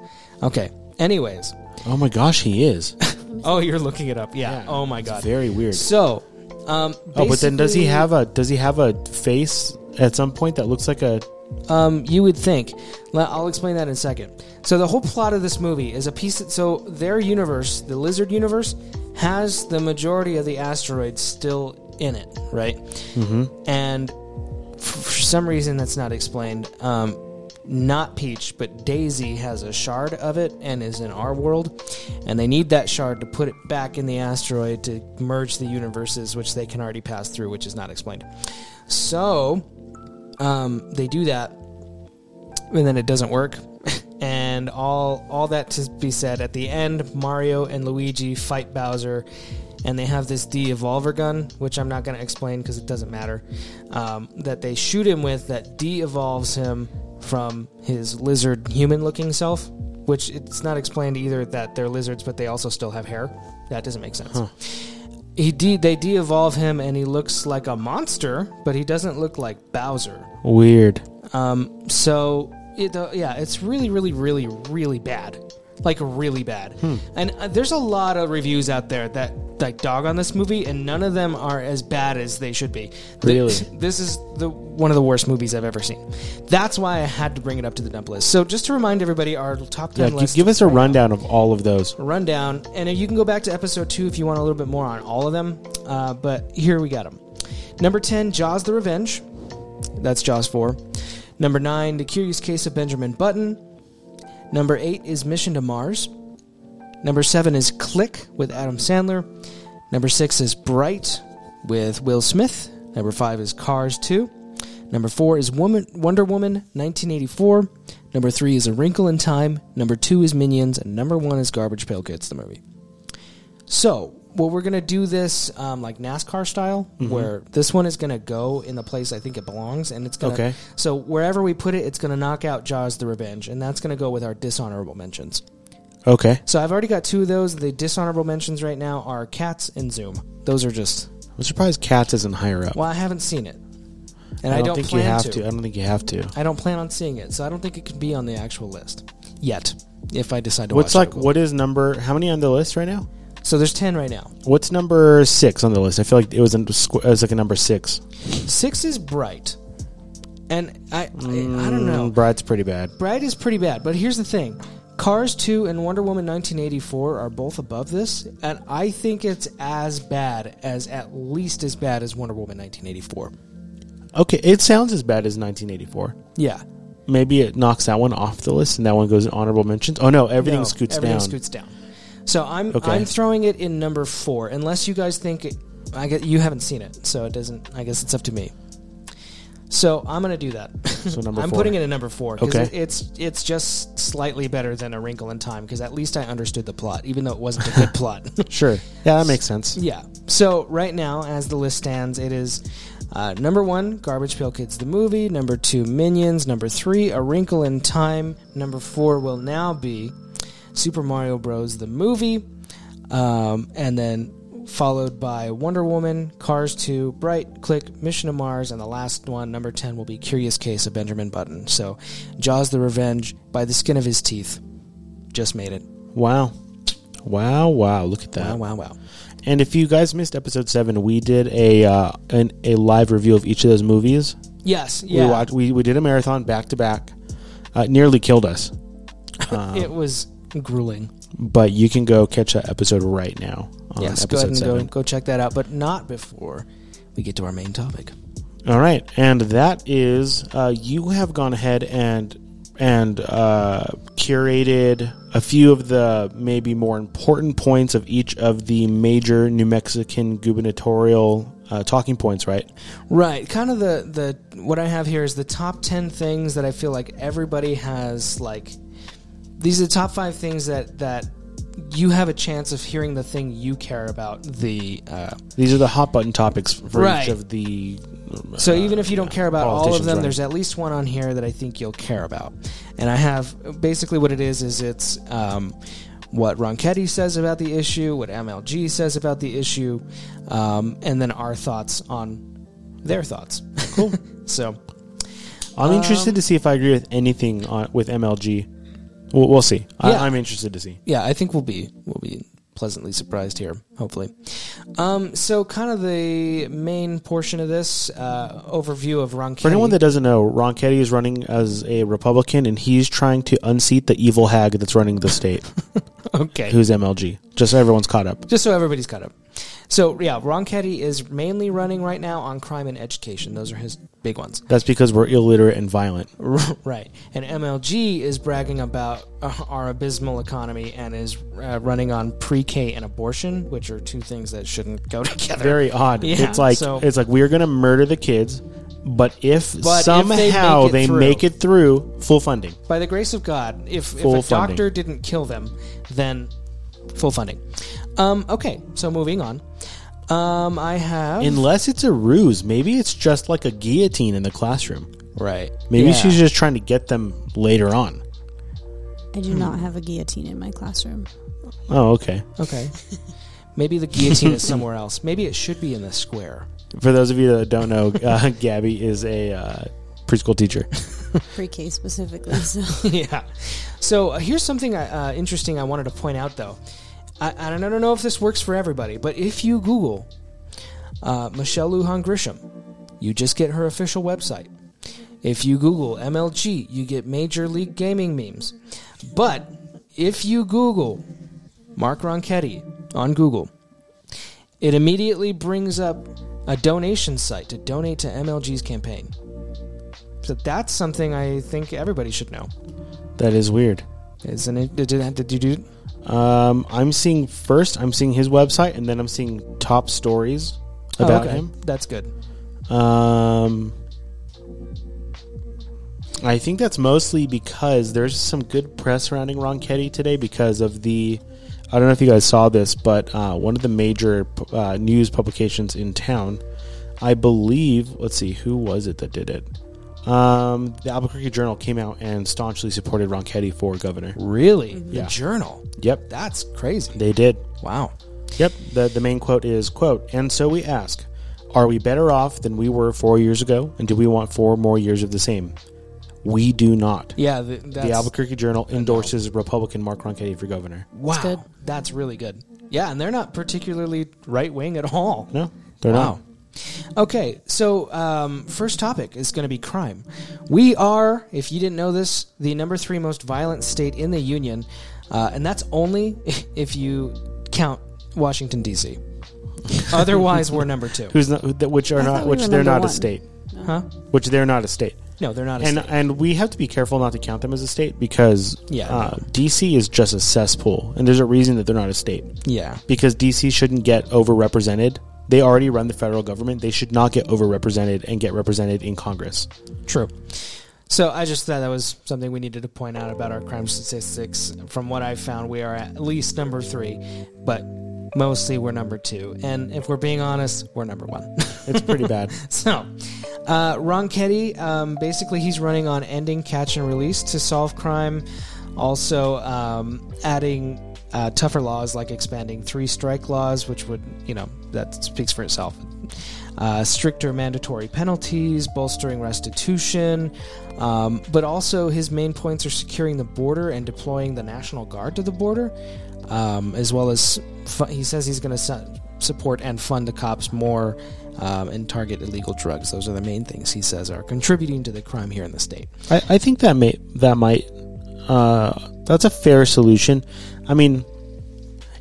[SPEAKER 3] okay anyways
[SPEAKER 1] Oh my gosh,
[SPEAKER 3] (laughs)
[SPEAKER 1] he is.
[SPEAKER 3] oh you're looking it up yeah, oh my god
[SPEAKER 1] Very weird.
[SPEAKER 3] so um
[SPEAKER 1] Oh, but then does he
[SPEAKER 3] basically,
[SPEAKER 1] have a does he have a face at some point that looks like a
[SPEAKER 3] um you would think Le- i'll explain that in a second so the whole plot of this movie is a piece that so their universe the lizard universe has the majority of the asteroids still in it right mm-hmm. and for some reason that's not explained. Um, not Peach, but Daisy has a shard of it and is in our world, and they need that shard to put it back in the asteroid to merge the universes, which they can already pass through, which is not explained. So um, they do that, and then it doesn't work. (laughs) And all all that to be said at the end, Mario and Luigi fight Bowser, and they have this de-evolver gun, which I'm not going to explain because it doesn't matter. Um, that they shoot him with that de-evolves him from his lizard human-looking self, which it's not explained either that they're lizards, but they also still have hair. That doesn't make sense he de- they de-evolve him and he looks like a monster but he doesn't look like bowser
[SPEAKER 1] weird?
[SPEAKER 3] um so it, uh, yeah it's really really really really bad like really bad
[SPEAKER 1] Hmm.
[SPEAKER 3] and uh, there's a lot of reviews out there that like dog on this movie and none of them are as bad as they should be Th-
[SPEAKER 1] Really?
[SPEAKER 3] (laughs) this is the one of the worst movies i've ever seen that's why i had to bring it up to the dump list so just to remind everybody our top 10
[SPEAKER 1] Yeah, gi-
[SPEAKER 3] list
[SPEAKER 1] give us a rundown of all of those.
[SPEAKER 3] rundown, and you can go back to episode two if you want a little bit more on all of them. Uh, but here we got them. Number ten, Jaws: The Revenge. That's Jaws four. Number nine, The Curious Case of Benjamin Button. Number eight is Mission to Mars. Number seven is Click with Adam Sandler. Number six is Bright with Will Smith. Number five is Cars two. Number four is Woman, Wonder Woman 1984. Number three is A Wrinkle in Time. Number two is Minions. And number one is Garbage Pail Kids, the movie. So, what we're going to do this um, like NASCAR style, where this one is going to go in the place I think it belongs. And it's going to.
[SPEAKER 1] Okay.
[SPEAKER 3] So, wherever we put it, it's going to knock out Jaws the Revenge. And that's going to go with our dishonorable mentions.
[SPEAKER 1] Okay,
[SPEAKER 3] So, I've already got two of those. The dishonorable mentions right now are Cats and Zoom. Those are just.
[SPEAKER 1] I'm surprised Cats isn't higher up.
[SPEAKER 3] Well, I haven't seen it. And I don't,
[SPEAKER 1] think you
[SPEAKER 3] plan
[SPEAKER 1] have
[SPEAKER 3] to.
[SPEAKER 1] to. I don't think you have to.
[SPEAKER 3] I don't plan on seeing it, so I don't think it can be on the actual list yet. If I decide to
[SPEAKER 1] What's
[SPEAKER 3] watch
[SPEAKER 1] like
[SPEAKER 3] it, I will.
[SPEAKER 1] what is number? How many on the list right now?
[SPEAKER 3] so there's ten right now.
[SPEAKER 1] What's number six on the list? I feel like it was, in, it was like a number six.
[SPEAKER 3] Six is bright, and I I, I don't know.
[SPEAKER 1] Mm, Brad's pretty bad.
[SPEAKER 3] Bright is pretty bad, but here's the thing: Cars 2 and Wonder Woman 1984 are both above this, and I think it's as bad as at least as bad as Wonder Woman 1984.
[SPEAKER 1] Okay, it sounds as bad as 1984.
[SPEAKER 3] Yeah,
[SPEAKER 1] Maybe it knocks that one off the list, and that one goes in honorable mentions. Oh no, everything
[SPEAKER 3] No,
[SPEAKER 1] scoots
[SPEAKER 3] everything
[SPEAKER 1] down.
[SPEAKER 3] scoots down. So I'm
[SPEAKER 1] Okay.
[SPEAKER 3] I'm throwing it in number four, unless you guys think it, I guess you haven't seen it, so it doesn't. I guess it's up to me. So I'm gonna do that. (laughs)
[SPEAKER 1] So number
[SPEAKER 3] I'm
[SPEAKER 1] four.
[SPEAKER 3] putting it at number four because
[SPEAKER 1] Okay.
[SPEAKER 3] it's it's just slightly better than A Wrinkle in Time because at least I understood the plot, even though it wasn't a
[SPEAKER 1] (laughs)
[SPEAKER 3] good plot.
[SPEAKER 1] Sure. Yeah, that makes sense.
[SPEAKER 3] Yeah. So right now, as the list stands, it is uh, number one, Garbage Pail Kids the movie. Number two, Minions. Number three, A Wrinkle in Time. Number four will now be Super Mario Bros. the movie, um, and then followed by Wonder Woman, Cars 2, Bright, Click, Mission to Mars, and the last one, number ten, will be Curious Case of Benjamin Button. So, Jaws: The Revenge by the skin of his teeth, just made it.
[SPEAKER 1] Wow. Wow, wow. Look at that.
[SPEAKER 3] Wow! Wow! Wow!
[SPEAKER 1] And if you guys missed episode 7, we did a uh, an, a live review of each of those movies.
[SPEAKER 3] Yes. Yeah.
[SPEAKER 1] We watched we, we did a marathon back to back. Uh, nearly killed us. uh,
[SPEAKER 3] it was grueling.
[SPEAKER 1] But you can go catch that episode right now on
[SPEAKER 3] yes, go ahead
[SPEAKER 1] episode
[SPEAKER 3] and
[SPEAKER 1] 7.
[SPEAKER 3] go, go check that out, but not before we get to our main topic.
[SPEAKER 1] All right, and that is uh, you have gone ahead and and uh, curated a few of the maybe more important points of each of the major New Mexican gubernatorial uh, talking points, right?
[SPEAKER 3] Right, kind of the the what I have here is the top 10 things that I feel like everybody has like these are the top 5 things that that you have a chance of hearing the thing you care about the uh,
[SPEAKER 1] These are the hot button topics for
[SPEAKER 3] Right.
[SPEAKER 1] each of the.
[SPEAKER 3] So even if you don't care about all of
[SPEAKER 1] politicians,
[SPEAKER 3] them,
[SPEAKER 1] right.
[SPEAKER 3] there's at least one on here that I think you'll care about. And I have basically what it is is it's um, what Ronchetti says about the issue, what MLG says about the issue, um, and then our thoughts on their thoughts. Cool. (laughs) so um,
[SPEAKER 1] I'm interested to see if I agree with anything on, with MLG. We'll, we'll see.
[SPEAKER 3] Yeah.
[SPEAKER 1] I, I'm interested to see.
[SPEAKER 3] yeah, I think we'll be we'll be pleasantly surprised here, hopefully. Um, so kind of the main portion of this uh, overview of Ronchetti.
[SPEAKER 1] For anyone that doesn't know, Ronchetti is running as a Republican, and he's trying to unseat the evil hag that's running the state.
[SPEAKER 3] (laughs) okay,
[SPEAKER 1] who's MLG. Just so everyone's caught up.
[SPEAKER 3] just so everybody's caught up. So yeah, Ronchetti is mainly running right now on crime and education. Those are his big
[SPEAKER 1] (laughs)
[SPEAKER 3] ones,
[SPEAKER 1] That's because we're illiterate and violent.
[SPEAKER 3] right? And MLG is bragging about uh, our abysmal economy and is uh, running on pre-K and abortion, which are two things that shouldn't go (laughs) together.
[SPEAKER 1] Very odd.
[SPEAKER 3] Yeah,
[SPEAKER 1] it's like
[SPEAKER 3] so-
[SPEAKER 1] it's like we're gonna murder the kids, but
[SPEAKER 3] But if
[SPEAKER 1] if
[SPEAKER 3] they
[SPEAKER 1] somehow
[SPEAKER 3] make it
[SPEAKER 1] they
[SPEAKER 3] through.
[SPEAKER 1] make it through, full funding.
[SPEAKER 3] By the grace of God, if, if a
[SPEAKER 1] Full funding.
[SPEAKER 3] doctor didn't kill them, then full funding. Um, okay, so moving on. Um, I have
[SPEAKER 1] Unless it's a ruse, maybe it's just like a guillotine in the classroom.
[SPEAKER 3] right.
[SPEAKER 1] Maybe
[SPEAKER 3] Yeah.
[SPEAKER 1] she's just trying to get them later on.
[SPEAKER 4] I
[SPEAKER 3] Hmm.
[SPEAKER 4] do not have a guillotine in my classroom.
[SPEAKER 1] Oh, okay.
[SPEAKER 3] Okay. Maybe the guillotine
[SPEAKER 1] (laughs)
[SPEAKER 3] is somewhere else. Maybe it should be in the square.
[SPEAKER 1] For those of you that don't know, uh, (laughs) Gabby is a uh, preschool teacher.
[SPEAKER 4] Pre-K specifically. (laughs) So
[SPEAKER 3] (laughs) yeah. So uh, here's something I- uh, interesting I wanted to point out, though. I, I don't I don't know if this works for everybody, but if you Google uh, Michelle Lujan Grisham, you just get her official website. If you Google MLG, you get Major League Gaming memes. But if you Google Mark Ronchetti on Google, it immediately brings up a donation site to donate to MLG's campaign. So that's something I think everybody should know.
[SPEAKER 1] That is weird.
[SPEAKER 3] Isn't it? Did, did, did you do?
[SPEAKER 1] Um, I'm seeing first. I'm seeing his website, and then I'm seeing top stories
[SPEAKER 3] Oh,
[SPEAKER 1] about him.
[SPEAKER 3] That's good.
[SPEAKER 1] Um, I think that's mostly because there's some good press surrounding Ronchetti today because of the. I don't know if you guys saw this, but uh, one of the major uh, news publications in town, I believe. Let's see, who was it that did it? Um, the Albuquerque Journal came out and staunchly supported Ronchetti for governor.
[SPEAKER 3] Really?
[SPEAKER 1] Yeah.
[SPEAKER 3] The journal.
[SPEAKER 1] Yep,
[SPEAKER 3] That's crazy.
[SPEAKER 1] they did.
[SPEAKER 3] wow.
[SPEAKER 1] Yep. The the main quote is quote, and so we ask, are we better off than we were four years ago? And do we want four more years of the same? We do not.
[SPEAKER 3] Yeah. The, that's,
[SPEAKER 1] the Albuquerque Journal endorses Republican Mark Ronchetti for governor.
[SPEAKER 3] Wow. That's, really good. Yeah, and they're not particularly right wing at all.
[SPEAKER 1] No, they're
[SPEAKER 3] Wow. Okay, so um, first topic is going to be crime. We are, if you didn't know this, the number three most violent state in the union, uh, and that's only (laughs) if you count Washington (laughs) D.C. Otherwise, we're number two.
[SPEAKER 1] not. Who's not? who- that- Which are
[SPEAKER 4] I
[SPEAKER 1] not?
[SPEAKER 4] thought we
[SPEAKER 1] Which
[SPEAKER 4] were
[SPEAKER 1] they're
[SPEAKER 4] number
[SPEAKER 1] not a
[SPEAKER 4] one.
[SPEAKER 1] state.
[SPEAKER 3] Huh?
[SPEAKER 1] Which they're not a state.
[SPEAKER 3] No, they're not. A
[SPEAKER 1] And
[SPEAKER 3] state.
[SPEAKER 1] and we have to be careful not to count them as a state because
[SPEAKER 3] Yeah.
[SPEAKER 1] uh, DC is just a cesspool, and there's a reason that they're not a state
[SPEAKER 3] Yeah.
[SPEAKER 1] because DC shouldn't get overrepresented. They already run the federal government. They should not get overrepresented and get represented in Congress.
[SPEAKER 3] True. So I just thought that was something we needed to point out about our crime statistics. From what I found, we are at least number three, but mostly we're number two. And if we're being honest, we're number one. (laughs)
[SPEAKER 1] It's pretty bad.
[SPEAKER 3] so, uh, Ron Ketty, um, basically, he's running on ending catch and release to solve crime, also um, adding uh, tougher laws like expanding three strike laws, which would, you know, that speaks for itself. Uh, stricter mandatory penalties, bolstering restitution, um, but also his main points are securing the border and deploying the National Guard to the border, um, as well as fu- he says he's going to su- support and fund the cops more um, and target illegal drugs. Those are the main things he says are contributing to the crime here in the state.
[SPEAKER 1] I, I think that may that might uh, that's a fair solution. I mean,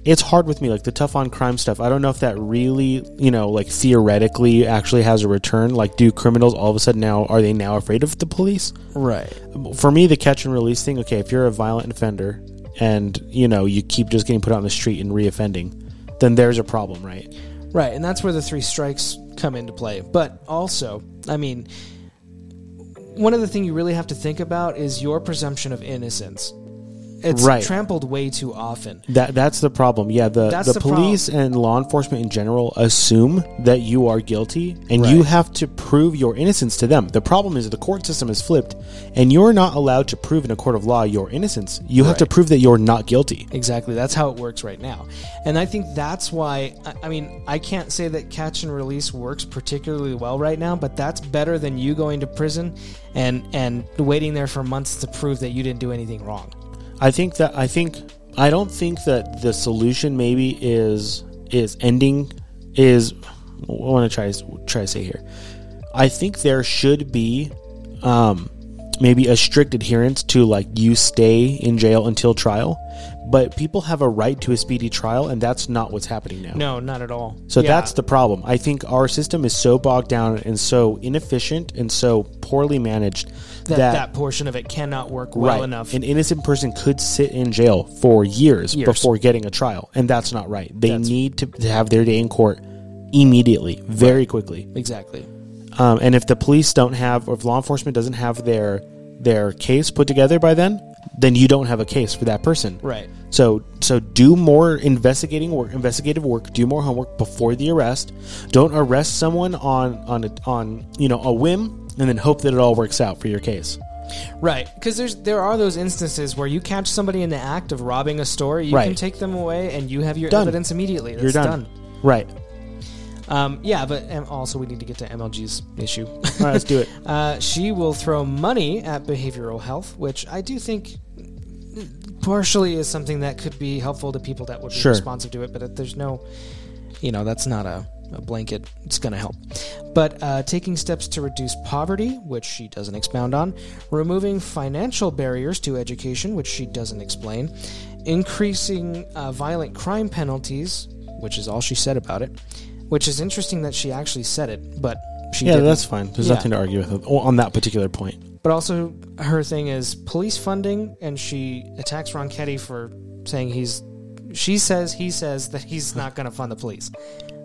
[SPEAKER 1] it's hard with me like the tough on crime stuff. I don't know if that really you know like theoretically actually has a return. Like, do criminals all of a sudden now are they now afraid of the police?
[SPEAKER 3] Right.
[SPEAKER 1] For me, the catch and release thing. Okay, if you're a violent offender and you know you keep just getting put out on the street and reoffending, then there's a problem, right?
[SPEAKER 3] Right, and that's where the three strikes come into play. But also, I mean, one of the things you really have to think about is your presumption of innocence. It's
[SPEAKER 1] Right.
[SPEAKER 3] trampled way too often.
[SPEAKER 1] That that's the problem. Yeah, the
[SPEAKER 3] That's the
[SPEAKER 1] the, police and law enforcement in general assume that you are guilty, and
[SPEAKER 3] Right.
[SPEAKER 1] you have to prove your innocence to them. The problem is the court system is flipped, and you're not allowed to prove in a court of law your innocence. You have to
[SPEAKER 3] Right.
[SPEAKER 1] prove that you're not guilty.
[SPEAKER 3] Exactly. That's how it works right now. And I think that's why, I, I mean, I can't say that catch and release works particularly well right now, but that's better than you going to prison and, and waiting there for months to prove that you didn't do anything wrong.
[SPEAKER 1] I think that I think I don't think that the solution maybe is is ending is what I want to try try to say here. I think there should be um, maybe a strict adherence to like you stay in jail until trial, but people have a right to a speedy trial, and that's not what's happening now.
[SPEAKER 3] No, not at all.
[SPEAKER 1] So
[SPEAKER 3] Yeah.
[SPEAKER 1] that's the problem. I think our system is so bogged down and so inefficient and so poorly managed
[SPEAKER 3] that,
[SPEAKER 1] that,
[SPEAKER 3] that, portion of it cannot work well enough.
[SPEAKER 1] an innocent person could sit in jail for years,
[SPEAKER 3] Years.
[SPEAKER 1] before getting a trial, and that's not right. They
[SPEAKER 3] That's-
[SPEAKER 1] need to, to have their day in court immediately, very quickly.
[SPEAKER 3] exactly.
[SPEAKER 1] Um, and if the police don't have, or if law enforcement doesn't have their their case put together by then, then you don't have a case for that person.
[SPEAKER 3] Right.
[SPEAKER 1] So so do more investigating work, investigative work. Do more homework before the arrest. Don't arrest someone on on a, on you know a whim, and then hope that it all works out for your case.
[SPEAKER 3] Right, because there's there are those instances where you catch somebody in the act of robbing a store, you can
[SPEAKER 1] Right.
[SPEAKER 3] take them away, and you have your
[SPEAKER 1] Done.
[SPEAKER 3] evidence immediately. That's
[SPEAKER 1] You're
[SPEAKER 3] done.
[SPEAKER 1] done. Right.
[SPEAKER 3] Um, yeah, but and also we need to get to MLG's issue.
[SPEAKER 1] All right, let's do it.
[SPEAKER 3] uh, she will throw money at behavioral health, which I do think partially is something that could be helpful to people that would be
[SPEAKER 1] Sure.
[SPEAKER 3] responsive to it. But if there's no, you know, that's not a, a blanket. It's going to help. But uh, taking steps to reduce poverty, which she doesn't expound on, removing financial barriers to education, which she doesn't explain, increasing uh, violent crime penalties, which is all she said about it. Which is interesting that she actually said it, but she
[SPEAKER 1] Yeah,
[SPEAKER 3] didn't.
[SPEAKER 1] that's fine. There's
[SPEAKER 3] Yeah.
[SPEAKER 1] nothing to argue with on that particular point.
[SPEAKER 3] But also, her thing is police funding, and she attacks Ronchetti for saying he's. She says he says that he's not going to fund the police,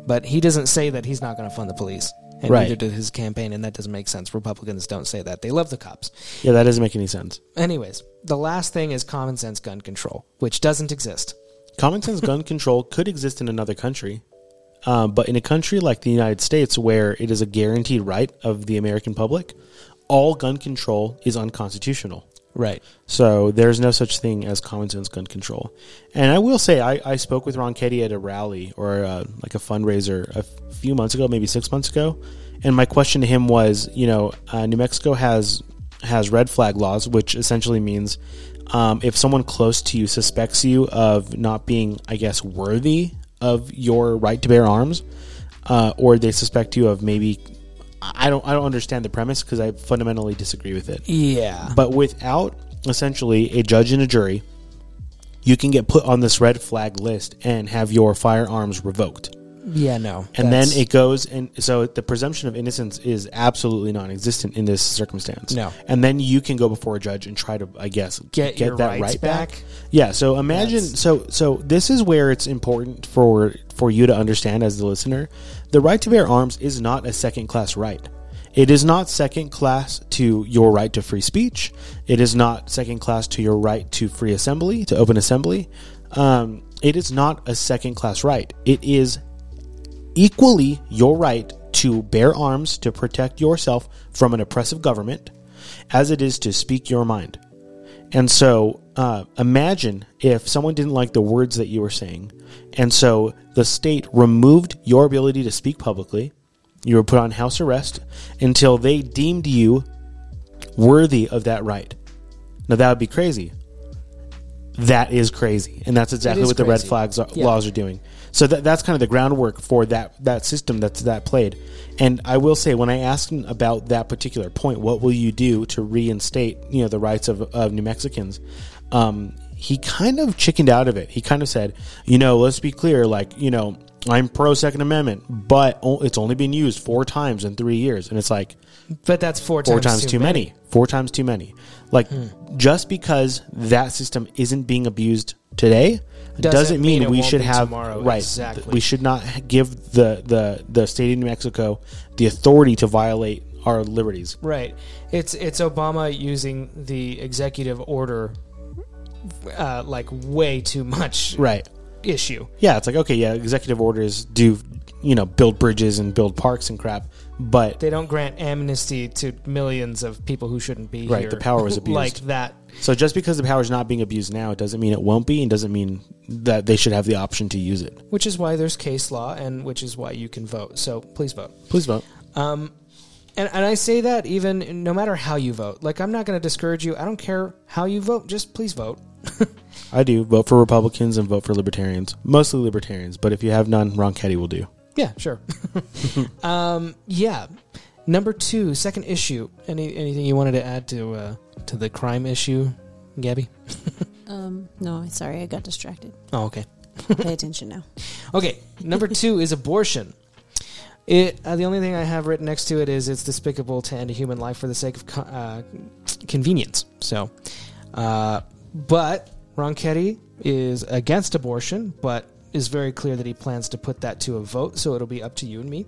[SPEAKER 3] but he doesn't say that he's not going to fund the police. And
[SPEAKER 1] Right.
[SPEAKER 3] neither did his campaign, and that doesn't make sense. Republicans don't say that; they love the cops.
[SPEAKER 1] Yeah, that doesn't make any sense.
[SPEAKER 3] Anyways, the last thing is common sense gun control, which doesn't exist.
[SPEAKER 1] Common sense gun control could exist in another country, um, but in a country like the United States, where it is a guaranteed right of the American public, all gun control is unconstitutional.
[SPEAKER 3] Right.
[SPEAKER 1] So there's no such thing as common sense gun control. And I will say, I, I spoke with Ron Ketty at a rally or uh like a fundraiser a few months ago, maybe six months ago. And my question to him was, you know, uh, New Mexico has has red flag laws, which essentially means um, if someone close to you suspects you of not being, I guess, worthy of your right to bear arms, uh, or they suspect you of maybe, I I don't, I don't understand the premise because I fundamentally disagree with it
[SPEAKER 3] Yeah.
[SPEAKER 1] but without essentially a judge and a jury, you can get put on this red flag list and have your firearms revoked.
[SPEAKER 3] yeah. No.
[SPEAKER 1] And
[SPEAKER 3] That's-
[SPEAKER 1] then it goes and so the presumption of innocence is absolutely non-existent in this circumstance.
[SPEAKER 3] No.
[SPEAKER 1] And then you can go before a judge and try to I guess
[SPEAKER 3] Get your rights back?
[SPEAKER 1] Yeah, so imagine
[SPEAKER 3] That's-
[SPEAKER 1] so so this is where it's important for for you to understand as the listener, the right to bear arms is not a second class right. It is not second class to your right to free speech. It is not second class to your right to free assembly, to open assembly. Um, it is not a second class right. It is equally your right to bear arms to protect yourself from an oppressive government as it is to speak your mind. And so uh, imagine if someone didn't like the words that you were saying. And so the state removed your ability to speak publicly. You were put on house arrest until they deemed you worthy of that right. Now, that would be crazy. That is crazy. And that's exactly
[SPEAKER 3] is
[SPEAKER 1] what the red
[SPEAKER 3] crazy.
[SPEAKER 1] flags are,
[SPEAKER 3] Yeah.
[SPEAKER 1] laws are doing. So that, that's kind of the groundwork for that, that system that's that played. And I will say, when I asked him about that particular point, what will you do to reinstate, you know, the rights of, of New Mexicans? Um, he kind of chickened out of it. He kind of said, you know, let's be clear, like, you know, I'm pro Second Amendment, but o- it's only been used four times in three years. And it's like,
[SPEAKER 3] But that's four times, Hmm.
[SPEAKER 1] four times, too many. Four times too many. Like just because that system isn't being abused today doesn't, mean,
[SPEAKER 3] mean it
[SPEAKER 1] we
[SPEAKER 3] won't
[SPEAKER 1] should
[SPEAKER 3] be
[SPEAKER 1] have
[SPEAKER 3] tomorrow.
[SPEAKER 1] right.
[SPEAKER 3] Exactly.
[SPEAKER 1] We should not give the the the state of New Mexico the authority to violate our liberties.
[SPEAKER 3] Right. It's it's Obama using the executive order uh, like way too much
[SPEAKER 1] Right.
[SPEAKER 3] issue.
[SPEAKER 1] Yeah, it's like okay, yeah, executive orders do you know build bridges and build parks and crap, but
[SPEAKER 3] They don't grant amnesty to millions of people who shouldn't be
[SPEAKER 1] Right,
[SPEAKER 3] here.
[SPEAKER 1] the power was
[SPEAKER 3] (laughs) like
[SPEAKER 1] abused.
[SPEAKER 3] that.
[SPEAKER 1] so just because the power is not being abused now, it doesn't mean it won't be, and doesn't mean that they should have the option to use it.
[SPEAKER 3] Which is why there's case law and which is why you can vote. So please vote.
[SPEAKER 1] Please vote.
[SPEAKER 3] And, and I say that even no matter how you vote. Like, I'm not going to discourage you. I don't care how you vote. Just please vote. (laughs)
[SPEAKER 1] I do vote for Republicans and vote for Libertarians, mostly Libertarians. But if you have none, Ron Ketty will do.
[SPEAKER 3] Yeah,
[SPEAKER 1] (laughs)
[SPEAKER 3] sure. um, yeah. Number two, second issue. Any anything you wanted to add to uh, to the crime issue, Gabby? (laughs)
[SPEAKER 4] Um, no, I'm sorry, I got distracted.
[SPEAKER 3] Oh, okay.
[SPEAKER 4] Pay attention now.
[SPEAKER 3] Okay. Number two is abortion. It uh, the only thing I have written next to it is it's despicable to end a human life for the sake of co- uh, convenience. So, uh, but Ronchetti is against abortion, but is very clear that he plans to put that to a vote. So it'll be up to you and me.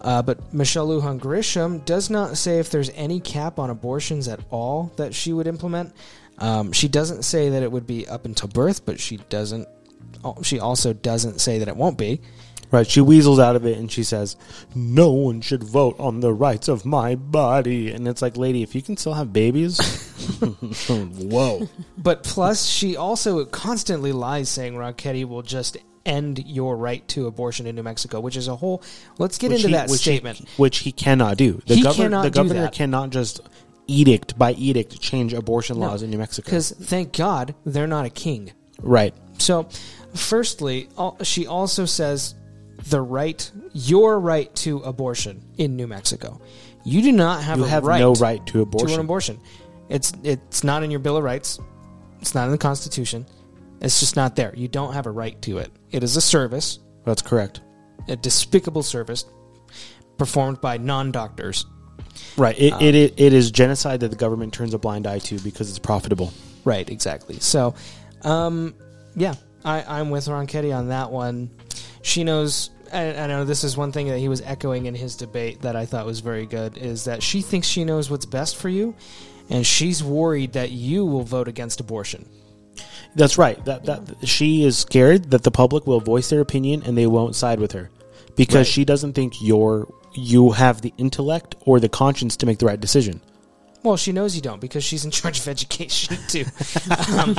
[SPEAKER 3] Uh, but Michelle Lujan Grisham does not say if there's any cap on abortions at all that she would implement. Um, she doesn't say that it would be up until birth, but she doesn't. al- She also doesn't say that it won't be.
[SPEAKER 1] Right? She weasels out of it and she says, "No one should vote on the rights of my body." And it's like, lady, if you can still have babies, whoa,
[SPEAKER 3] But plus, she also constantly lies, saying Rocketty will just end your right to abortion in New Mexico, which is a whole. Let's get
[SPEAKER 1] Which
[SPEAKER 3] into
[SPEAKER 1] he-
[SPEAKER 3] that
[SPEAKER 1] which he-
[SPEAKER 3] statement.
[SPEAKER 1] which he cannot do. The
[SPEAKER 3] He
[SPEAKER 1] governor,
[SPEAKER 3] cannot
[SPEAKER 1] the
[SPEAKER 3] do
[SPEAKER 1] governor
[SPEAKER 3] that.
[SPEAKER 1] cannot just edict by edict change abortion laws in New Mexico.
[SPEAKER 3] Because thank God they're not a king.
[SPEAKER 1] Right?
[SPEAKER 3] So, firstly, al- she also says the right, your right to abortion in New Mexico. You do not have
[SPEAKER 1] You
[SPEAKER 3] a
[SPEAKER 1] have
[SPEAKER 3] right
[SPEAKER 1] no right to
[SPEAKER 3] to
[SPEAKER 1] abortion.
[SPEAKER 3] an abortion. It's it's not in your Bill of Rights. It's not in the Constitution. It's just not there. You don't have a right to it. It is a service,
[SPEAKER 1] That's correct.
[SPEAKER 3] a despicable service performed by non doctors.
[SPEAKER 1] Right?
[SPEAKER 3] Ah.
[SPEAKER 1] It, it, it it is genocide that the government turns a blind eye to because it's profitable.
[SPEAKER 3] Right, exactly. So, um, yeah, I, I'm with Ronchetti on that one. She knows. I, I know this is one thing that he was echoing in his debate that I thought was very good is that she thinks she knows what's best for you, and she's worried that you will vote against abortion.
[SPEAKER 1] That's right. That that she is scared that the public will voice their opinion and they won't side with her because she doesn't think you're you have the intellect or the conscience to make the right decision.
[SPEAKER 3] Well, she knows you don't because she's in (laughs) charge of education too. um, (laughs)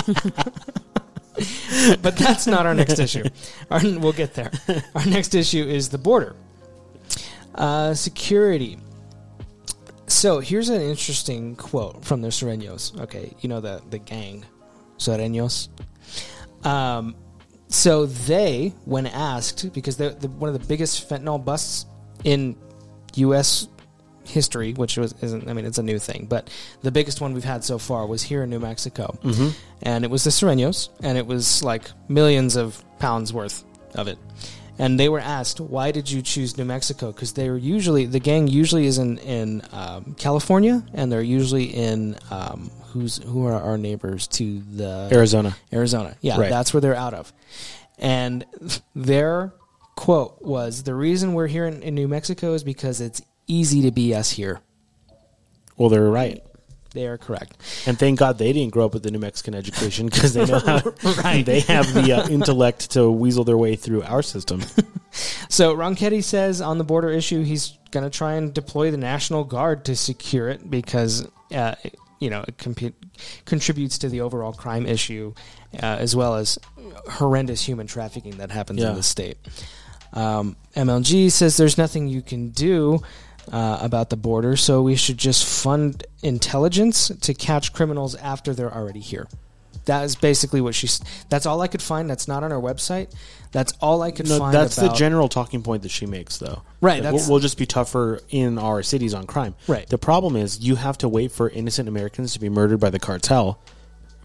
[SPEAKER 3] but that's not our next issue. Our, we'll get there. Our next issue is the border, uh, security. So here's an interesting quote from the Serenos. Okay, you know the the gang, Serenos. Um, so they, when asked, because they're the, one of the biggest fentanyl busts in U.S history, which was isn't. I mean, it's a new thing, but the biggest one we've had so far was here in New Mexico, mm-hmm. and it was the Serenos, and it was like millions of pounds worth of it. And they were asked, "Why did you choose New Mexico?" Because they were usually the gang usually is in in um, California, and they're usually in um, who's who are our neighbors to the
[SPEAKER 1] Arizona.
[SPEAKER 3] Arizona. Yeah,
[SPEAKER 1] Right.
[SPEAKER 3] that's where they're out of. And their quote was The reason we're here in, in New Mexico is because it's easy to be us here.
[SPEAKER 1] Well, they're right.
[SPEAKER 3] They are correct.
[SPEAKER 1] And thank God they didn't grow up with the New Mexican education because they know how they have the uh, intellect to weasel their way through our system.
[SPEAKER 3] So Ronchetti says on the border issue, he's going to try and deploy the National Guard to secure it because, uh, you know, it compu- contributes to the overall crime issue uh, as well as horrendous human trafficking that happens
[SPEAKER 1] Yeah.
[SPEAKER 3] in the state. Um, MLG says there's nothing you can do uh, about the border, so we should just fund intelligence to catch criminals after they're already here. That is basically what she's. That's all I could find. That's not on our website. That's all I could
[SPEAKER 1] No,
[SPEAKER 3] find.
[SPEAKER 1] that's the
[SPEAKER 3] about-
[SPEAKER 1] general talking point that she makes, though.
[SPEAKER 3] Right,
[SPEAKER 1] Like,
[SPEAKER 3] that's-
[SPEAKER 1] we'll, we'll just be tougher in our cities on crime.
[SPEAKER 3] Right.
[SPEAKER 1] The problem is you have to wait for innocent Americans to be murdered by the cartel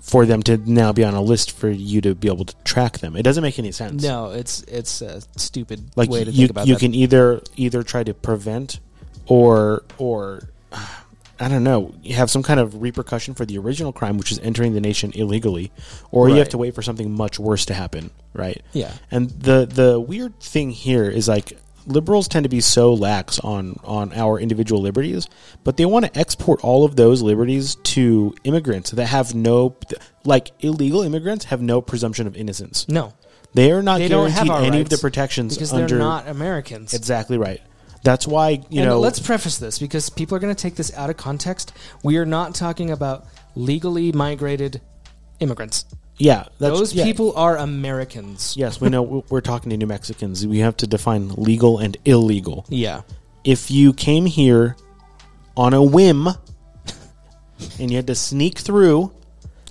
[SPEAKER 1] for them to now be on a list for you to be able to track them. It doesn't make any sense.
[SPEAKER 3] No, it's it's a stupid
[SPEAKER 1] Like
[SPEAKER 3] way to
[SPEAKER 1] you,
[SPEAKER 3] think about
[SPEAKER 1] you
[SPEAKER 3] that.
[SPEAKER 1] can either either try to prevent or or (sighs) I don't know, you have some kind of repercussion for the original crime, which is entering the nation illegally, or you have
[SPEAKER 3] Right.
[SPEAKER 1] to wait for something much worse to happen, right?
[SPEAKER 3] Yeah.
[SPEAKER 1] And the the weird thing here is like liberals tend to be so lax on on our individual liberties, but they want to export all of those liberties to immigrants that have no like illegal immigrants have no presumption of innocence.
[SPEAKER 3] no,
[SPEAKER 1] They are not
[SPEAKER 3] they don't
[SPEAKER 1] guaranteed
[SPEAKER 3] have our
[SPEAKER 1] any of
[SPEAKER 3] rights
[SPEAKER 1] the protections
[SPEAKER 3] because
[SPEAKER 1] under
[SPEAKER 3] they're not Americans.
[SPEAKER 1] Exactly right. That's why, you
[SPEAKER 3] and
[SPEAKER 1] know,
[SPEAKER 3] let's preface this because people are going to take this out of context. We are not talking about legally migrated immigrants.
[SPEAKER 1] yeah, that's,
[SPEAKER 3] Those
[SPEAKER 1] yeah.
[SPEAKER 3] people are Americans.
[SPEAKER 1] Yes, we know we're- we're talking to New Mexicans. We have to define legal and illegal.
[SPEAKER 3] Yeah.
[SPEAKER 1] If you came here on a whim (laughs) and you had to sneak through,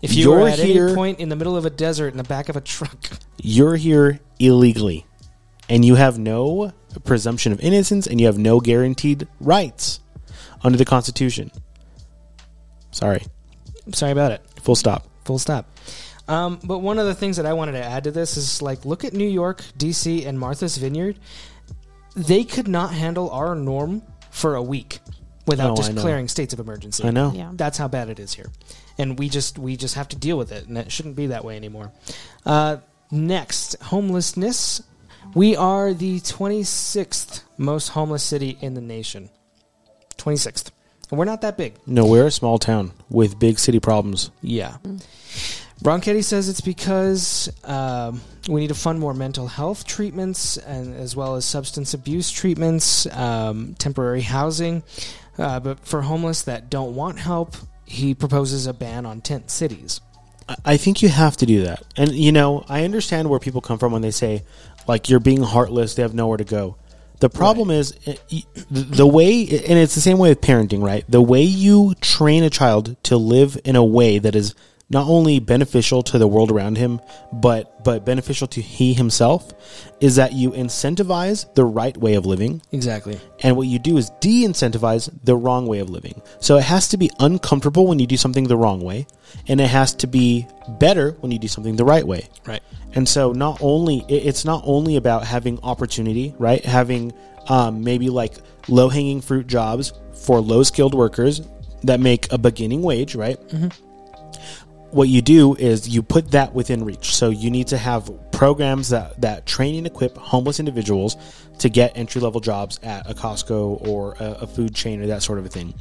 [SPEAKER 3] If you
[SPEAKER 1] You're
[SPEAKER 3] were at
[SPEAKER 1] here-
[SPEAKER 3] any point in the middle of a desert in the back of a truck, (laughs)
[SPEAKER 1] you're here illegally and you have no presumption of innocence and you have no guaranteed rights under the Constitution. Sorry.
[SPEAKER 3] I'm sorry about it.
[SPEAKER 1] Full stop.
[SPEAKER 3] Full stop. Um, but one of the things that I wanted to add to this is like, look at New York, DC, and Martha's Vineyard. They could not handle our norm for a week without
[SPEAKER 1] Oh, I know.
[SPEAKER 3] declaring states of emergency.
[SPEAKER 1] I know.
[SPEAKER 4] Yeah.
[SPEAKER 3] That's how bad it is here, and we just we just have to deal with it, and it shouldn't be that way anymore. Uh, next, homelessness. We are the 26th most homeless city in the nation. 26th, and we're not that big.
[SPEAKER 1] No, we're a small town with big city problems.
[SPEAKER 3] Yeah. Ronchetti says it's because um, we need to fund more mental health treatments and as well as substance abuse treatments, um, temporary housing. Uh, but for homeless that don't want help, he proposes a ban on tent cities.
[SPEAKER 1] I- I think you have to do that. And, you know, I understand where people come from when they say, like, you're being heartless, they have nowhere to go. The problem is eh, y- the the way, eh, and it's the same way with parenting, right? The way you train a child to live in a way that is not only beneficial to the world around him, but but beneficial to he himself, is that you incentivize the right way of living,
[SPEAKER 3] Exactly.
[SPEAKER 1] and what you do is de incentivize the wrong way of living. So it has to be uncomfortable when you do something the wrong way, and it has to be better when you do something the right way.
[SPEAKER 3] Right.
[SPEAKER 1] And so not only it- it's not only about having opportunity, right? Having um, maybe like low hanging fruit jobs for low skilled workers that make a beginning wage, right? what you do is you put that within reach. So you need to have programs that, that train and equip homeless individuals to get entry level jobs at a Costco or a, a food chain or that sort of a thing.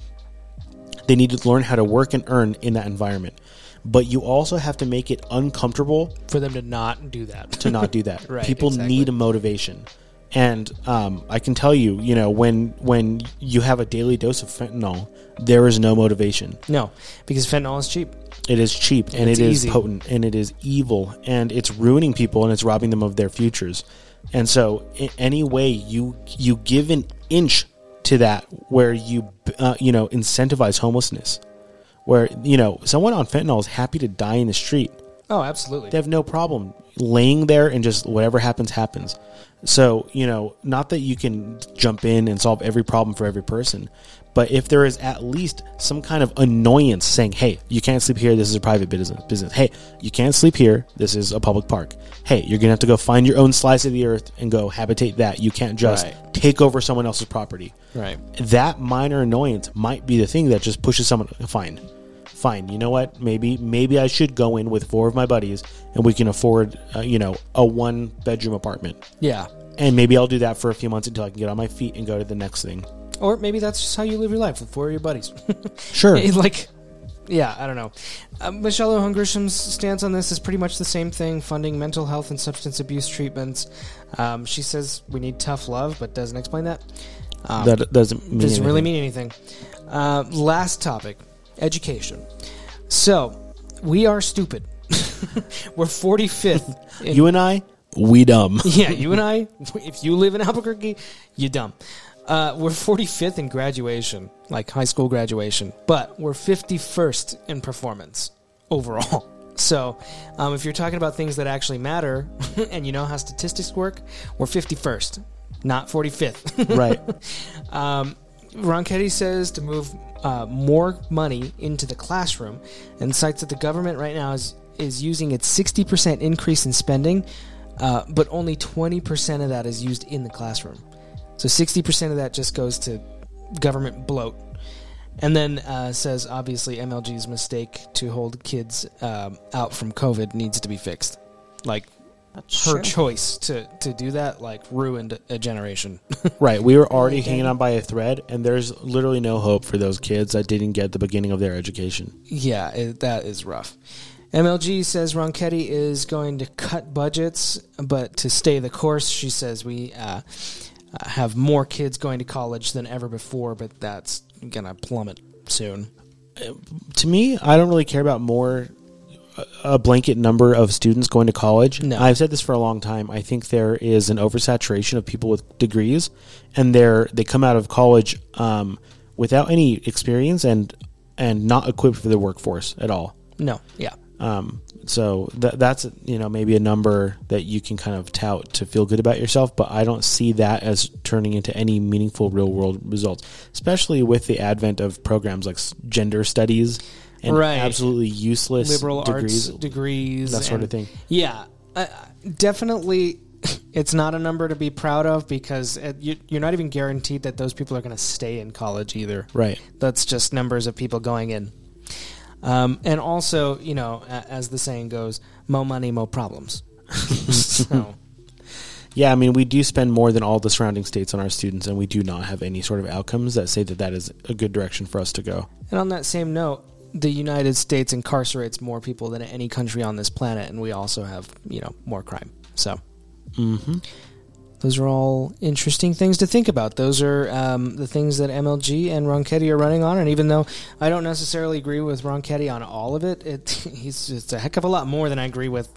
[SPEAKER 1] They need to learn how to work and earn in that environment. But you also have to make it uncomfortable
[SPEAKER 3] For them to not do that.
[SPEAKER 1] to not do that.
[SPEAKER 3] (laughs) Right,
[SPEAKER 1] People
[SPEAKER 3] exactly.
[SPEAKER 1] need a motivation, and um, I can tell you, you know, when when you have a daily dose of fentanyl, there is no motivation.
[SPEAKER 3] no, because fentanyl is cheap.
[SPEAKER 1] It is cheap and,
[SPEAKER 3] it's
[SPEAKER 1] it is
[SPEAKER 3] easy.
[SPEAKER 1] potent and it is evil and it's ruining people and it's robbing them of their futures. And so, in any way you you give an inch to that, where you uh, you know incentivize homelessness, where you know someone on fentanyl is happy to die in the street
[SPEAKER 3] Oh, absolutely.
[SPEAKER 1] they have no problem laying there and just whatever happens happens so you know not that you can jump in and solve every problem for every person but if there is at least some kind of annoyance saying hey you can't sleep here this is a private business business hey you can't sleep here this is a public park hey you're gonna have to go find your own slice of the earth and go habitate that you can't just
[SPEAKER 3] Right.
[SPEAKER 1] take over someone else's property
[SPEAKER 3] Right.
[SPEAKER 1] that minor annoyance might be the thing that just pushes someone fine fine, you know what? Maybe maybe I should go in with four of my buddies and we can afford, uh, you know, a one bedroom apartment.
[SPEAKER 3] Yeah.
[SPEAKER 1] And maybe I'll do that for a few months until I can get on my feet and go to the next thing.
[SPEAKER 3] Or maybe that's just how you live your life with four of your buddies. (laughs)
[SPEAKER 1] Sure.
[SPEAKER 3] It's like, yeah, I don't know. Uh, Michelle O'Hung Grisham's stance on this is pretty much the same thing funding mental health and substance abuse treatments. Um, she says we need tough love, but doesn't explain that. Um,
[SPEAKER 1] that doesn't mean
[SPEAKER 3] doesn't really
[SPEAKER 1] anything.
[SPEAKER 3] mean anything. Uh, last topic education. So, we are stupid. (laughs) We're
[SPEAKER 1] (laughs)
[SPEAKER 3] 45th. in-
[SPEAKER 1] you and I,
[SPEAKER 3] (laughs)
[SPEAKER 1] we dumb.
[SPEAKER 3] yeah, you and I, if you live in Albuquerque, you dumb. Uh, we're 45th in graduation, like high school graduation, but we're 51st in performance overall. (laughs) So, um, if you're talking about things that actually matter (laughs) and you know how statistics work, we're 51st, not (laughs) 45th.
[SPEAKER 1] right.
[SPEAKER 3] Um, Ronchetti says to move uh, more money into the classroom and cites that the government right now is, is using its 60% increase in spending, uh, but only 20% of that is used in the classroom. So 60% of that just goes to government bloat. And then uh, says, obviously, MLG's mistake to hold kids um, out from COVID needs to be fixed. Like, her choice to, to do that, like, ruined a generation. (laughs)
[SPEAKER 1] Right. We were already hanging on by a thread, and there's literally no hope for those kids that didn't get the beginning of their education.
[SPEAKER 3] Yeah, it, that is rough. MLG says Ronchetti is going to cut budgets, but to stay the course, she says we uh, uh, have more kids going to college than ever before, but that's going to plummet soon.
[SPEAKER 1] To me, I don't really care about more a blanket number of students going to college.
[SPEAKER 3] No.
[SPEAKER 1] I've said this for a long time. I think there is an oversaturation of people with degrees, and they're they come out of college um, without any experience and and not equipped for the workforce at all.
[SPEAKER 3] No, yeah.
[SPEAKER 1] Um, so th- that's you know maybe a number that you can kind of tout to feel good about yourself, but I don't see that as turning into any meaningful real world results, especially with the advent of programs like s- gender studies and
[SPEAKER 3] Right.
[SPEAKER 1] absolutely useless
[SPEAKER 3] Liberal
[SPEAKER 1] degrees.
[SPEAKER 3] arts degrees.
[SPEAKER 1] that sort of
[SPEAKER 3] and-
[SPEAKER 1] thing.
[SPEAKER 3] Yeah. Uh, definitely, (laughs) it's not a number to be proud of because uh you, you're not even guaranteed that those people are going to stay in college either.
[SPEAKER 1] Right.
[SPEAKER 3] That's just numbers of people going in. Um, and also, you know, a- as the saying goes, mo money, mo problems. (laughs) so,
[SPEAKER 1] Yeah, I mean, we do spend more than all the surrounding states on our students, and we do not have any sort of outcomes that say that that is a good direction for us to go.
[SPEAKER 3] and on that same note, the United States incarcerates more people than any country on this planet, and we also have, you know, more crime. So,
[SPEAKER 1] Mm-hmm.
[SPEAKER 3] those are all interesting things to think about. Those are um, the things that MLG and Ronchetti are running on, and even though I don't necessarily agree with Ronchetti on all of it, it (laughs) he's it's a heck of a lot more than I agree with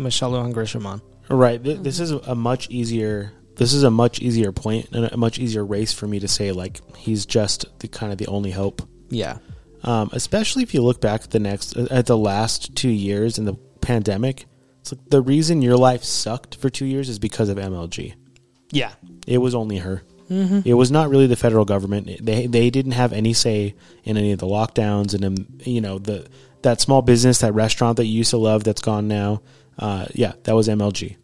[SPEAKER 3] Michelle Lujan Grisham on.
[SPEAKER 1] Right. Th- This is a much easier. This is a much easier point and a much easier race for me to say like he's just the kind of the only hope.
[SPEAKER 3] Yeah.
[SPEAKER 1] Um, especially if you look back at the next uh, at the last two years in the pandemic, it's like the reason your life sucked for two years is because of MLG.
[SPEAKER 3] Yeah.
[SPEAKER 1] It was only her. It was not really the federal government. It- They they didn't have any say in any of the lockdowns and um, you know the that small business that restaurant that you used to love that's gone now. Uh, yeah, that was MLG.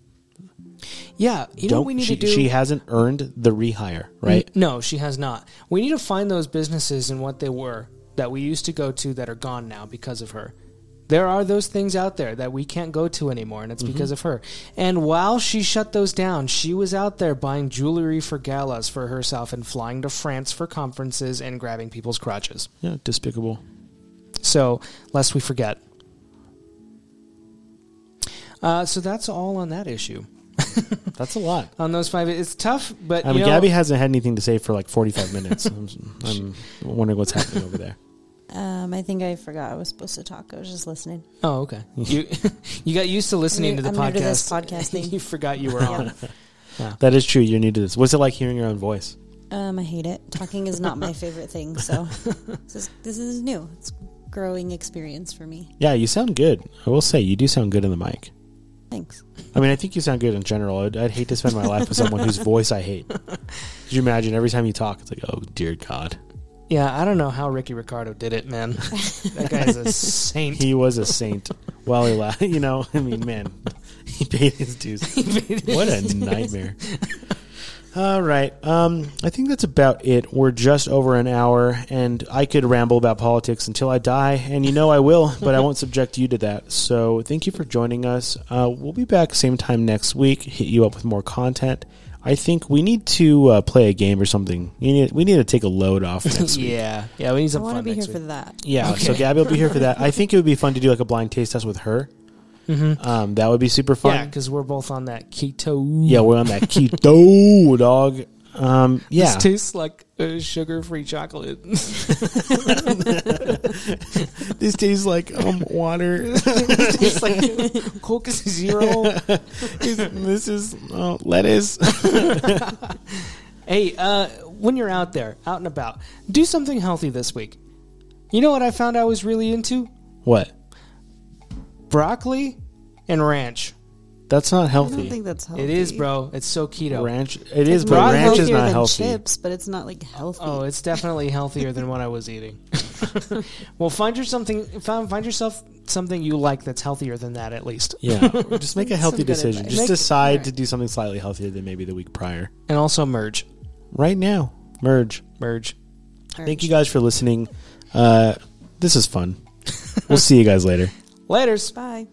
[SPEAKER 3] Yeah. You know what we need
[SPEAKER 1] she,
[SPEAKER 3] to do?
[SPEAKER 1] she hasn't earned the rehire, right?
[SPEAKER 3] No, she has not. We need to find those businesses and what they were that we used to go to that are gone now because of her. There are those things out there that we can't go to anymore, and it's because of her. And while she shut those down, she was out there buying jewelry for galas for herself and flying to France for conferences and grabbing people's crotches.
[SPEAKER 1] Yeah, despicable.
[SPEAKER 3] So, lest we forget. Uh, so that's all on that issue.
[SPEAKER 1] That's
[SPEAKER 3] (laughs)
[SPEAKER 1] a lot.
[SPEAKER 3] On those five, it's tough, but
[SPEAKER 1] I mean,
[SPEAKER 3] Uh, you know,
[SPEAKER 1] Gabby hasn't had anything to say for like
[SPEAKER 3] (laughs)
[SPEAKER 1] forty-five minutes. I'm, I'm wondering what's happening over there.
[SPEAKER 4] Um, I think I forgot I was supposed to talk. I was just listening.
[SPEAKER 3] Oh,
[SPEAKER 1] (laughs)
[SPEAKER 3] okay. You you got used to listening to the
[SPEAKER 4] I'm
[SPEAKER 3] podcast.
[SPEAKER 4] new to this podcast
[SPEAKER 1] (laughs)
[SPEAKER 4] thing.
[SPEAKER 3] you forgot you were on.
[SPEAKER 1] That is true. You're new to this. What's it like hearing your own voice?
[SPEAKER 4] Um, I hate it. Talking is not my favorite thing,
[SPEAKER 3] (laughs)
[SPEAKER 4] so this is, this is new. It's a growing experience for me.
[SPEAKER 1] Yeah, you sound good. I will say you do sound good in the mic.
[SPEAKER 4] Thanks.
[SPEAKER 1] I mean, I think you sound good in general. I'd, I'd hate to spend my life with someone whose voice I
[SPEAKER 3] (laughs)
[SPEAKER 1] hate. Could you imagine every time you talk, it's like, oh dear God,
[SPEAKER 3] yeah, I don't know how Ricky Ricardo did it,
[SPEAKER 4] (laughs)
[SPEAKER 3] man. That guy is a saint.
[SPEAKER 1] he was a saint. While he laughed, (laughs) you (laughs) know, I mean, man, he paid his dues. what a nightmare. All right. Um, I think that's about it. We're just over an hour, and I could ramble about politics until I die, and you know I will, but I won't subject you to that. So thank you for joining us. Uh, we'll be back same time next week. Hit you up with more content. I think we need to uh, play a game or something. We need, we need to take a load off next week.
[SPEAKER 3] (laughs) yeah, yeah. We need
[SPEAKER 4] I
[SPEAKER 3] some
[SPEAKER 4] want to
[SPEAKER 3] fun
[SPEAKER 4] be here
[SPEAKER 3] next
[SPEAKER 4] for
[SPEAKER 3] week.
[SPEAKER 4] that.
[SPEAKER 1] Yeah, so Gabby will be here for that. I think it would be fun to do like a blind taste test with her. Um, that would be super fun.
[SPEAKER 3] Yeah, because we're both on that keto.
[SPEAKER 1] Yeah, we're on that keto (laughs) dog. Um, yeah,
[SPEAKER 3] This tastes like uh, sugar-free chocolate. (laughs)
[SPEAKER 1] this tastes like um,
[SPEAKER 3] (laughs)
[SPEAKER 1] water.
[SPEAKER 3] tastes
[SPEAKER 1] (laughs)
[SPEAKER 3] like Coke Zero.
[SPEAKER 1] this is uh, lettuce.
[SPEAKER 3] Hey, uh, when you're out there, out and about, do something healthy this week. You know what I found I was really into?
[SPEAKER 1] (laughs) What?
[SPEAKER 3] Broccoli and ranch.
[SPEAKER 1] That's not
[SPEAKER 4] I don't
[SPEAKER 1] healthy.
[SPEAKER 4] think that's healthy.
[SPEAKER 3] It is, bro. It's so keto.
[SPEAKER 1] Ranch. It is,
[SPEAKER 4] It's
[SPEAKER 1] but
[SPEAKER 4] more
[SPEAKER 1] ranch is
[SPEAKER 4] healthier
[SPEAKER 1] not
[SPEAKER 4] than
[SPEAKER 1] healthy.
[SPEAKER 4] Chips, but it's not like healthy.
[SPEAKER 3] Oh, it's definitely healthier than what I was
[SPEAKER 1] (laughs)
[SPEAKER 3] eating. well, find your something. Find, find yourself something you like that's healthier than that, at least.
[SPEAKER 1] Yeah,
[SPEAKER 4] (laughs)
[SPEAKER 1] just make a healthy
[SPEAKER 4] Some good
[SPEAKER 1] decision.
[SPEAKER 4] advice.
[SPEAKER 1] Just
[SPEAKER 4] Make-
[SPEAKER 1] decide to do something slightly healthier than maybe the week prior.
[SPEAKER 3] And also merge,
[SPEAKER 1] Right now, merge.
[SPEAKER 3] merge.
[SPEAKER 1] Thank you guys for listening. Uh, this is fun. we'll see you guys later.
[SPEAKER 3] (laughs) Later's.
[SPEAKER 4] Bye.